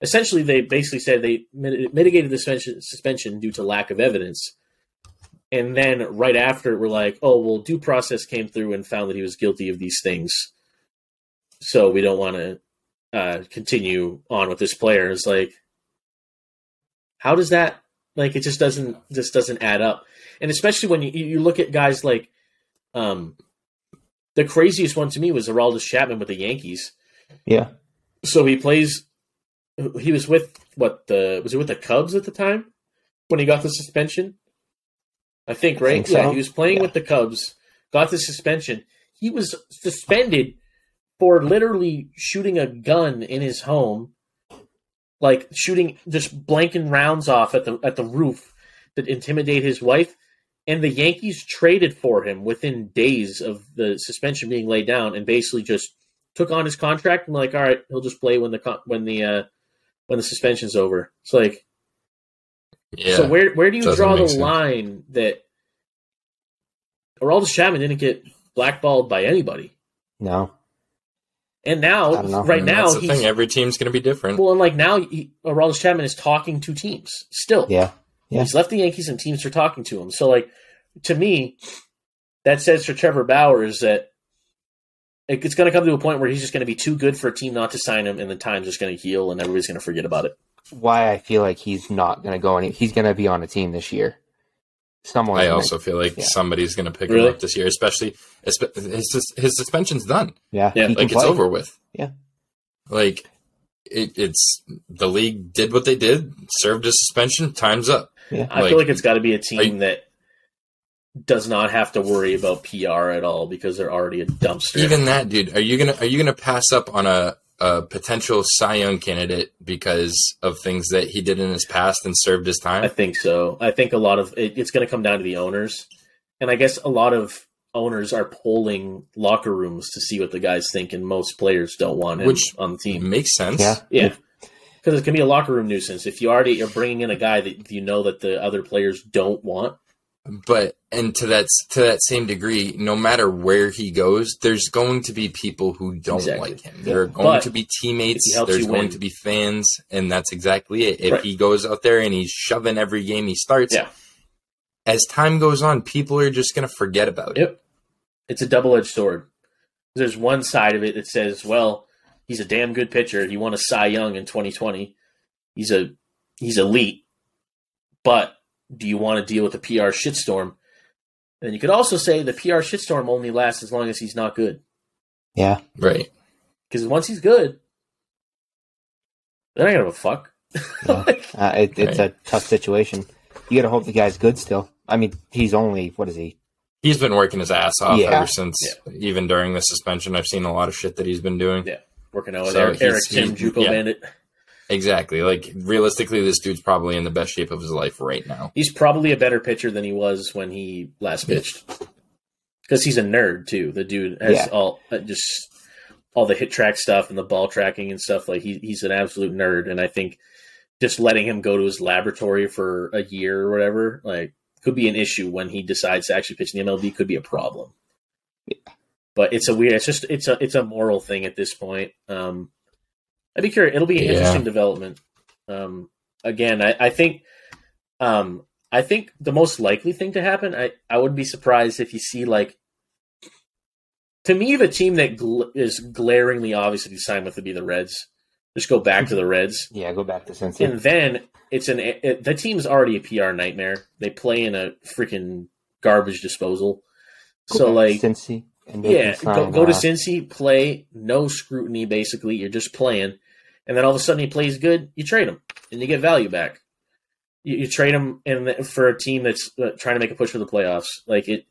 Speaker 3: Essentially, they basically said they mit- mitigated the suspension, suspension due to lack of evidence. And then right after, we're like, oh, well, due process came through and found that he was guilty of these things so we don't want to uh, continue on with this player. It's like, how does that like? It just doesn't just doesn't add up. And especially when you you look at guys like, um, the craziest one to me was Araldus Chapman with the Yankees.
Speaker 1: Yeah.
Speaker 3: So he plays. He was with what the was he with the Cubs at the time when he got the suspension. I think right.
Speaker 1: think
Speaker 3: yeah,
Speaker 1: so.
Speaker 3: he was playing
Speaker 1: Yeah.
Speaker 3: with the Cubs. Got the suspension. He was suspended for literally shooting a gun in his home, like shooting just blanking rounds off at the at the roof that intimidate his wife. And the Yankees traded for him within days of the suspension being laid down, and basically just took on his contract and like, all right, he'll just play when the con- when the uh, when the suspension's over. It's like,
Speaker 2: yeah.
Speaker 3: so where where do you
Speaker 2: Doesn't
Speaker 3: draw the
Speaker 2: make sense.
Speaker 3: line that Aroldis Chapman didn't get blackballed by anybody,
Speaker 1: No.
Speaker 3: and
Speaker 1: I
Speaker 3: now
Speaker 1: don't know.
Speaker 3: right
Speaker 2: And
Speaker 3: now
Speaker 2: that's the
Speaker 3: he's
Speaker 2: thing. Every team's going to be different.
Speaker 3: Well, and like now, he, Aroldis Chapman is talking to teams still.
Speaker 1: Yeah. yeah.
Speaker 3: He's left the Yankees and teams are talking to him. So, like, to me, that says for Trevor Bauer is that it- it's going to come to a point where he's just going to be too good for a team not to sign him, and the time's just going to heal, and everybody's going to forget about it.
Speaker 1: Why I feel like he's not gonna go any. He's gonna be on a team this year. Someone.
Speaker 2: I also feel like
Speaker 1: Yeah.
Speaker 2: somebody's going to pick
Speaker 3: Really?
Speaker 2: him up this year, especially espe- his, his suspension's done.
Speaker 1: Yeah.
Speaker 3: Yeah,
Speaker 1: he can
Speaker 2: Like it's
Speaker 1: play.
Speaker 2: over with. Like it, it's the league did what they did, served a suspension, time's up.
Speaker 3: I feel like it's got to be a team that does not have to worry about PR at all because they're already a dumpster.
Speaker 2: Even that, dude. Are you gonna are you gonna pass up on a, a potential Cy Young candidate because of things that he did in his past and served his
Speaker 3: I
Speaker 2: time?
Speaker 3: think so. I think a lot of it, it's going to come down to the owners, and I guess a lot of owners are polling locker rooms to see what the guys think, and most players don't want him
Speaker 2: Which-
Speaker 3: on the
Speaker 2: It
Speaker 3: team.
Speaker 2: makes sense.
Speaker 1: Yeah.
Speaker 3: Yeah, because it can be a locker room nuisance if you already are bringing in a guy that you know that the other players don't want.
Speaker 2: But and to that to that same degree, no matter where he goes, there's going to be people who don't
Speaker 3: Exactly.
Speaker 2: like him. There are going
Speaker 3: But
Speaker 2: to be
Speaker 3: if he
Speaker 2: teammates.
Speaker 3: helps
Speaker 2: There's
Speaker 3: you
Speaker 2: going
Speaker 3: win-
Speaker 2: to be fans, and that's exactly it. If
Speaker 3: Right.
Speaker 2: he goes out there and he's shoving every game he starts,
Speaker 3: Yeah.
Speaker 2: as time goes on, people are just going to forget about it.
Speaker 3: Yep. It's a double edged sword. There's one side of it that says, well, he's a damn good pitcher. He won a Cy Young in 2020. He's a he's elite. But do you want to deal with the PR shitstorm? And you could also say the PR shitstorm only lasts as long as he's not good.
Speaker 1: Yeah.
Speaker 2: Right.
Speaker 3: Because once he's good, they're not gonna give a fuck.
Speaker 1: Yeah.
Speaker 3: Like,
Speaker 1: Uh, it, it's a tough situation. You got to hope the guy's good still. I mean, he's only what is he?
Speaker 2: He's been working his ass off
Speaker 1: Yeah.
Speaker 2: ever since, even during the suspension. I've seen a lot of shit that he's been doing.
Speaker 3: Yeah. working out with
Speaker 2: So
Speaker 3: Eric,
Speaker 2: he's-
Speaker 3: Eric Tim,
Speaker 2: he's-
Speaker 3: Juco
Speaker 2: yeah.
Speaker 3: Bandit.
Speaker 2: Exactly. Like realistically, this dude's probably in the best shape of his life right now.
Speaker 3: He's probably a better pitcher than he was when he last pitched. Because he's a nerd too. The dude has
Speaker 1: Yeah.
Speaker 3: all uh, just all the hit track stuff and the ball tracking and stuff. Like he, he's an absolute nerd, and I think just letting him go to his laboratory for a year or whatever, like, could be an issue when he decides to actually pitch in the MLB. Could be a problem. But it's a weird. It's just it's a it's a moral thing at this point. Um, I'd be curious. It'll be an
Speaker 2: Yeah.
Speaker 3: interesting development. Um, again, I, I think um, I think the most likely thing to happen, I, I would be surprised if you see like to me the team that gl- is glaringly obvious to sign with would be the Reds. Just go back to the Reds,
Speaker 1: Yeah, go back to Cincinnati.
Speaker 3: and then it's an it, the team's already a PR nightmare. They play in a freaking garbage disposal. So like
Speaker 1: Cincy and make
Speaker 3: yeah,
Speaker 1: him
Speaker 3: go,
Speaker 1: sign,
Speaker 3: go to
Speaker 1: uh,
Speaker 3: Cincy, play, no scrutiny, basically. You're just playing. And then all of a sudden he plays good, you trade him, and you get value back. You, you trade him in the, for a team that's uh, trying to make a push for the playoffs. Like it,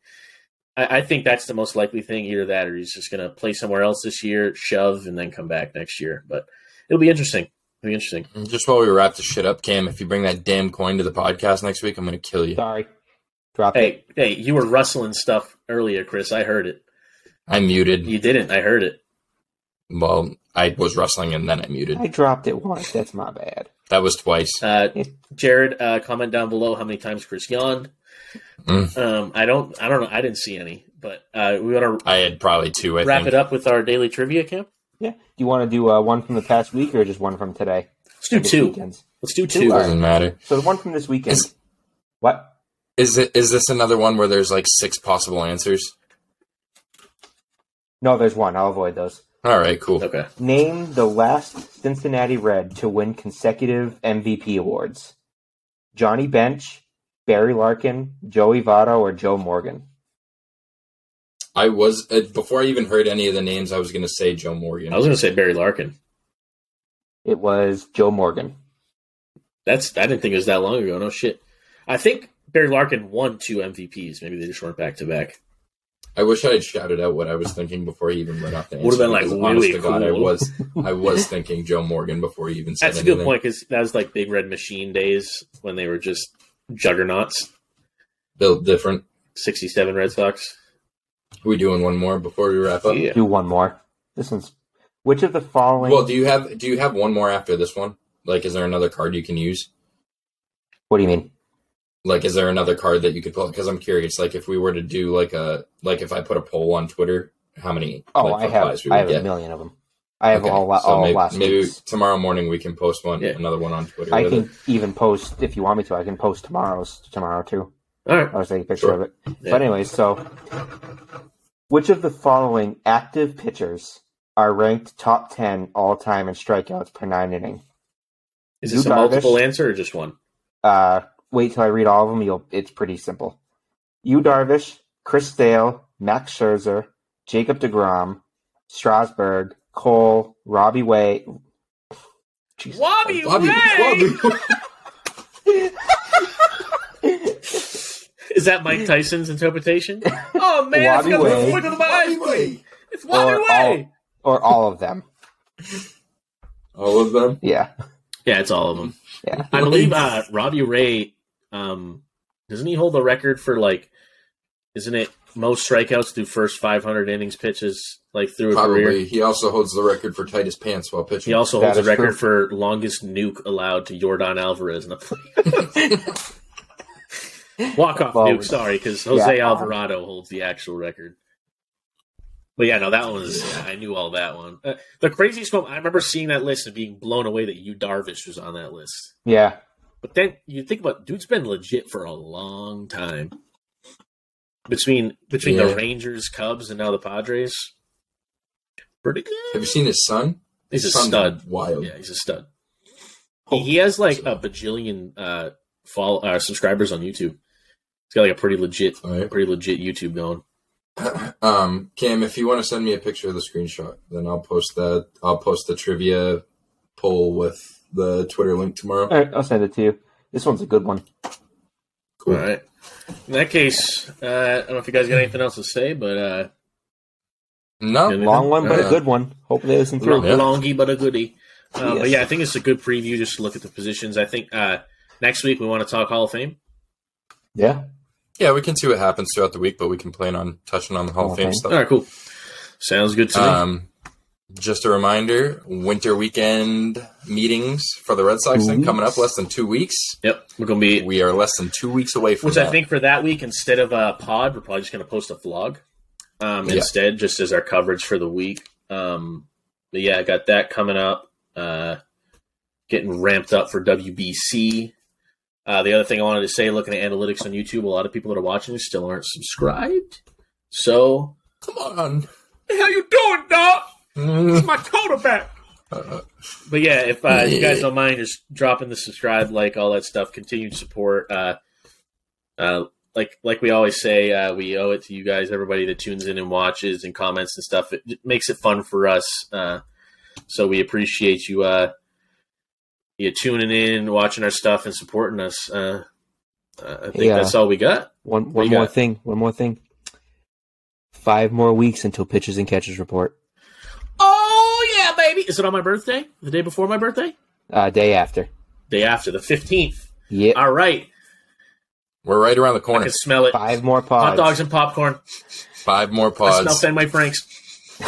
Speaker 3: I, I think that's the most likely thing. Either that, or he's just going to play somewhere else this year, shove, and then come back next year. But it'll be interesting. It'll be interesting.
Speaker 2: And just while we wrap this shit up, Cam, if you bring that damn coin to the podcast next week, I'm gonna kill you.
Speaker 1: Sorry, drop it.
Speaker 3: Hey, hey, you were rustling stuff earlier, Chris. I heard it.
Speaker 2: I muted.
Speaker 3: You didn't. I heard it.
Speaker 2: Well, I was wrestling and then I muted.
Speaker 1: I dropped it once. That's my bad.
Speaker 2: That was twice.
Speaker 3: Uh, Jared, uh, comment down below how many times Chris yawned.
Speaker 2: Mm.
Speaker 3: Um, I don't, I don't know. I didn't see any, but uh, we want to
Speaker 2: I had probably two. I
Speaker 3: wrap
Speaker 2: think.
Speaker 3: it up with our daily trivia camp.
Speaker 1: Yeah. Do you want to do uh, one from the past week or just one from today?
Speaker 3: Let's do
Speaker 1: This
Speaker 3: two.
Speaker 1: weekend's.
Speaker 3: Let's do
Speaker 1: Two,
Speaker 3: two.
Speaker 1: all right.
Speaker 2: Doesn't matter.
Speaker 1: So the one from this weekend.
Speaker 2: Is-
Speaker 1: what?
Speaker 2: Is it? Is this another one where there's like six possible answers?
Speaker 1: No, there's one. I'll avoid those.
Speaker 2: All right, cool.
Speaker 3: Okay.
Speaker 1: Name the last Cincinnati Red to win consecutive MVP awards. Johnny Bench, Barry Larkin, Joey Votto, or Joe Morgan.
Speaker 2: I was uh, before I even heard any of the names. I was gonna say Joe Morgan.
Speaker 3: I was going to say Barry Larkin.
Speaker 1: It was Joe Morgan.
Speaker 3: That's I didn't think it was that long ago. No shit. I think Barry Larkin won two MVPs. Maybe they just weren't back to back.
Speaker 2: I wish I had shouted out what I was thinking before he even read off the answer.
Speaker 3: Would've been, like,
Speaker 2: because honest
Speaker 3: really
Speaker 2: to God, I
Speaker 3: cool.
Speaker 2: was I was thinking Joe Morgan before he even said
Speaker 3: That's a
Speaker 2: anything.
Speaker 3: good point because that was like Big Red Machine days when they were just juggernauts.
Speaker 2: Built different.
Speaker 3: Sixty-seven Red Sox.
Speaker 2: We doing one more before we wrap up.
Speaker 3: Yeah.
Speaker 1: Do one more. This one's. Which of the following?
Speaker 2: Well, do you have do you have one more after this one? Like, is there another card you can use?
Speaker 1: what do you mean?
Speaker 2: Like, is there another card that you could pull? Because I'm curious. Like, if we were to do like a like if I put a poll on Twitter, how many?
Speaker 1: Oh,
Speaker 2: like,
Speaker 1: I have.
Speaker 2: replies we
Speaker 1: I
Speaker 2: would
Speaker 1: have a
Speaker 2: get?
Speaker 1: million of them. I have
Speaker 2: Okay,
Speaker 1: all, la-
Speaker 2: so
Speaker 1: all
Speaker 2: maybe,
Speaker 1: last
Speaker 2: maybe
Speaker 1: week's.
Speaker 2: tomorrow morning we can post one
Speaker 3: Yeah.
Speaker 2: another one on Twitter.
Speaker 1: I
Speaker 2: with
Speaker 1: can
Speaker 2: it.
Speaker 1: even post if you want me to. I can post tomorrow's tomorrow too.
Speaker 3: All right.
Speaker 1: I was taking a picture
Speaker 2: Sure.
Speaker 1: of it.
Speaker 3: Yeah.
Speaker 1: But anyways, so which of the following active pitchers are ranked top ten all time in strikeouts per nine inning?
Speaker 3: Is this
Speaker 1: You
Speaker 3: a multiple
Speaker 1: Darvish.
Speaker 3: answer or just one?
Speaker 1: Uh, wait till I read all of them. You'll. It's pretty simple. Yu Darvish, Chris Sale, Max Scherzer, Jacob DeGrom, Strasburg, Cole, Robbie Way. Jesus.
Speaker 3: Wobby,
Speaker 2: Bobby,
Speaker 3: Way!
Speaker 2: Bobby.
Speaker 3: Is that Mike Tyson's interpretation? Oh man, I
Speaker 1: Wobby
Speaker 3: forgot to put
Speaker 1: Way.
Speaker 3: the window to my eyes.
Speaker 2: Wait.
Speaker 3: It's Wobby
Speaker 1: Or
Speaker 3: Way.
Speaker 1: Or all of them.
Speaker 2: All of them.
Speaker 1: Yeah.
Speaker 3: Yeah, it's all of them.
Speaker 1: Yeah.
Speaker 3: I believe uh, Robbie Ray. Um, doesn't he hold the record for like? Isn't it most strikeouts through first 500 innings pitches like through a career?
Speaker 2: Probably. He also holds the record for tightest pants while
Speaker 3: He
Speaker 2: pitching.
Speaker 3: also
Speaker 1: That
Speaker 3: holds a
Speaker 1: is
Speaker 3: record for longest nuke allowed to Jordan Alvarez. No. Walk off
Speaker 1: Well,
Speaker 3: nuke, sorry, because Jose
Speaker 1: yeah.
Speaker 3: Alvarado holds the actual record. But yeah, no, that one was I knew all that one. Uh, the craziest one I remember seeing that list and being blown away that you Darvish was on that list.
Speaker 1: Yeah.
Speaker 3: But then you think about dude's been legit for a long time. Between between
Speaker 2: Yeah.
Speaker 3: the Rangers, Cubs, and now the Padres, pretty good.
Speaker 2: Have you seen his son?
Speaker 3: He's a
Speaker 2: His son's
Speaker 3: stud.
Speaker 2: Wild.
Speaker 3: Yeah, he's a stud. He, he has like a bajillion uh, follow, uh, subscribers on YouTube. He's got like a pretty legit,
Speaker 2: All right.
Speaker 3: pretty legit YouTube going.
Speaker 2: Um, Cam, if you want to send me a picture of the screenshot, then I'll post that. I'll post the trivia poll with the Twitter link tomorrow.
Speaker 1: All right. I'll send it to you. This one's a good one.
Speaker 2: Cool.
Speaker 3: All right. In that case, uh, I don't know if you guys got anything else to say, but uh,
Speaker 2: No,
Speaker 3: Yeah.
Speaker 1: Long one, but
Speaker 2: Yeah.
Speaker 1: a good one. Hopefully, they listen
Speaker 3: Long,
Speaker 1: through.
Speaker 2: Yeah.
Speaker 3: longy but a goodie. Uh, But
Speaker 1: Yes.
Speaker 3: yeah, I think it's a good preview just to look at the positions. I think uh, next week we want to talk Hall of Fame.
Speaker 1: Yeah.
Speaker 2: yeah, we can see what happens throughout the week, but we can plan on touching on the Hall of Fame
Speaker 1: Okay.
Speaker 3: All
Speaker 2: stuff.
Speaker 3: right, cool. Sounds good to me.
Speaker 2: Um, just a reminder: winter weekend meetings for the Red Sox
Speaker 1: Two
Speaker 2: thing coming
Speaker 1: weeks.
Speaker 2: up less than two weeks.
Speaker 3: yep, we're gonna be.
Speaker 2: We are less than two weeks away from
Speaker 3: Which
Speaker 2: that.
Speaker 3: I think for that week, instead of a pod, we're probably just going to post a vlog um,
Speaker 2: Yeah.
Speaker 3: instead, just as our coverage for the week. Um, but yeah, I got that coming up. Uh, getting ramped up for WBC. Uh, the other thing I wanted to say, looking at analytics on YouTube, a lot of people that are watching still aren't subscribed. So,
Speaker 2: Come on.
Speaker 3: how you doing, dog?
Speaker 2: Mm.
Speaker 3: my quarterback.
Speaker 2: Uh,
Speaker 3: But yeah, if uh, you
Speaker 2: Yeah.
Speaker 3: guys don't mind, just dropping the subscribe, like all that stuff, continued support. Uh, uh, like like we always say, uh, we owe it to you guys, everybody that tunes in and watches and comments and stuff. It, it makes it fun for us. Uh, so we appreciate you uh, you tuning in, watching our stuff, and supporting us. Uh, uh, I think
Speaker 1: Yeah.
Speaker 3: that's all we got.
Speaker 1: One
Speaker 3: What
Speaker 1: one
Speaker 3: you
Speaker 1: more
Speaker 3: got?
Speaker 1: thing. One more thing. Five more weeks until pitches and catches report.
Speaker 3: Oh yeah, baby! Is it on my birthday? The day before my birthday?
Speaker 1: Uh, day after.
Speaker 3: Day after the fifteenth.
Speaker 1: Yeah.
Speaker 3: All right,
Speaker 2: we're right around the
Speaker 3: I
Speaker 2: corner.
Speaker 3: can smell it.
Speaker 1: Five more
Speaker 3: Hot
Speaker 1: pods.
Speaker 3: dogs and popcorn.
Speaker 2: Five more
Speaker 3: I smell
Speaker 2: pods,
Speaker 3: Fenway Franks.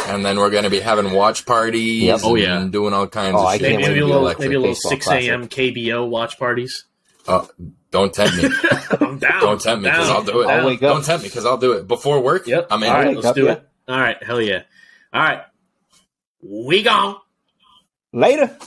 Speaker 2: and then we're going to be having watch parties.
Speaker 1: Yep.
Speaker 3: Oh, yeah.
Speaker 2: and doing all kinds
Speaker 1: Oh,
Speaker 2: of
Speaker 1: I
Speaker 2: shit.
Speaker 1: can't wait
Speaker 3: Maybe, maybe
Speaker 1: to be
Speaker 3: a little,
Speaker 1: electric
Speaker 3: maybe a little
Speaker 1: baseball
Speaker 3: 6 a.m. KBO watch parties.
Speaker 2: Oh, don't tempt me.
Speaker 3: I'm down.
Speaker 2: Don't tempt me because
Speaker 3: Down.
Speaker 2: I'll do it.
Speaker 3: Down.
Speaker 1: I'll wake up.
Speaker 2: Don't tempt me because I'll do it before work.
Speaker 3: Yep.
Speaker 2: I'm in.
Speaker 3: All right,
Speaker 1: Wake
Speaker 3: let's
Speaker 1: up,
Speaker 3: do
Speaker 1: yeah.
Speaker 3: it. All right, hell yeah. All right, we gone.
Speaker 1: Later.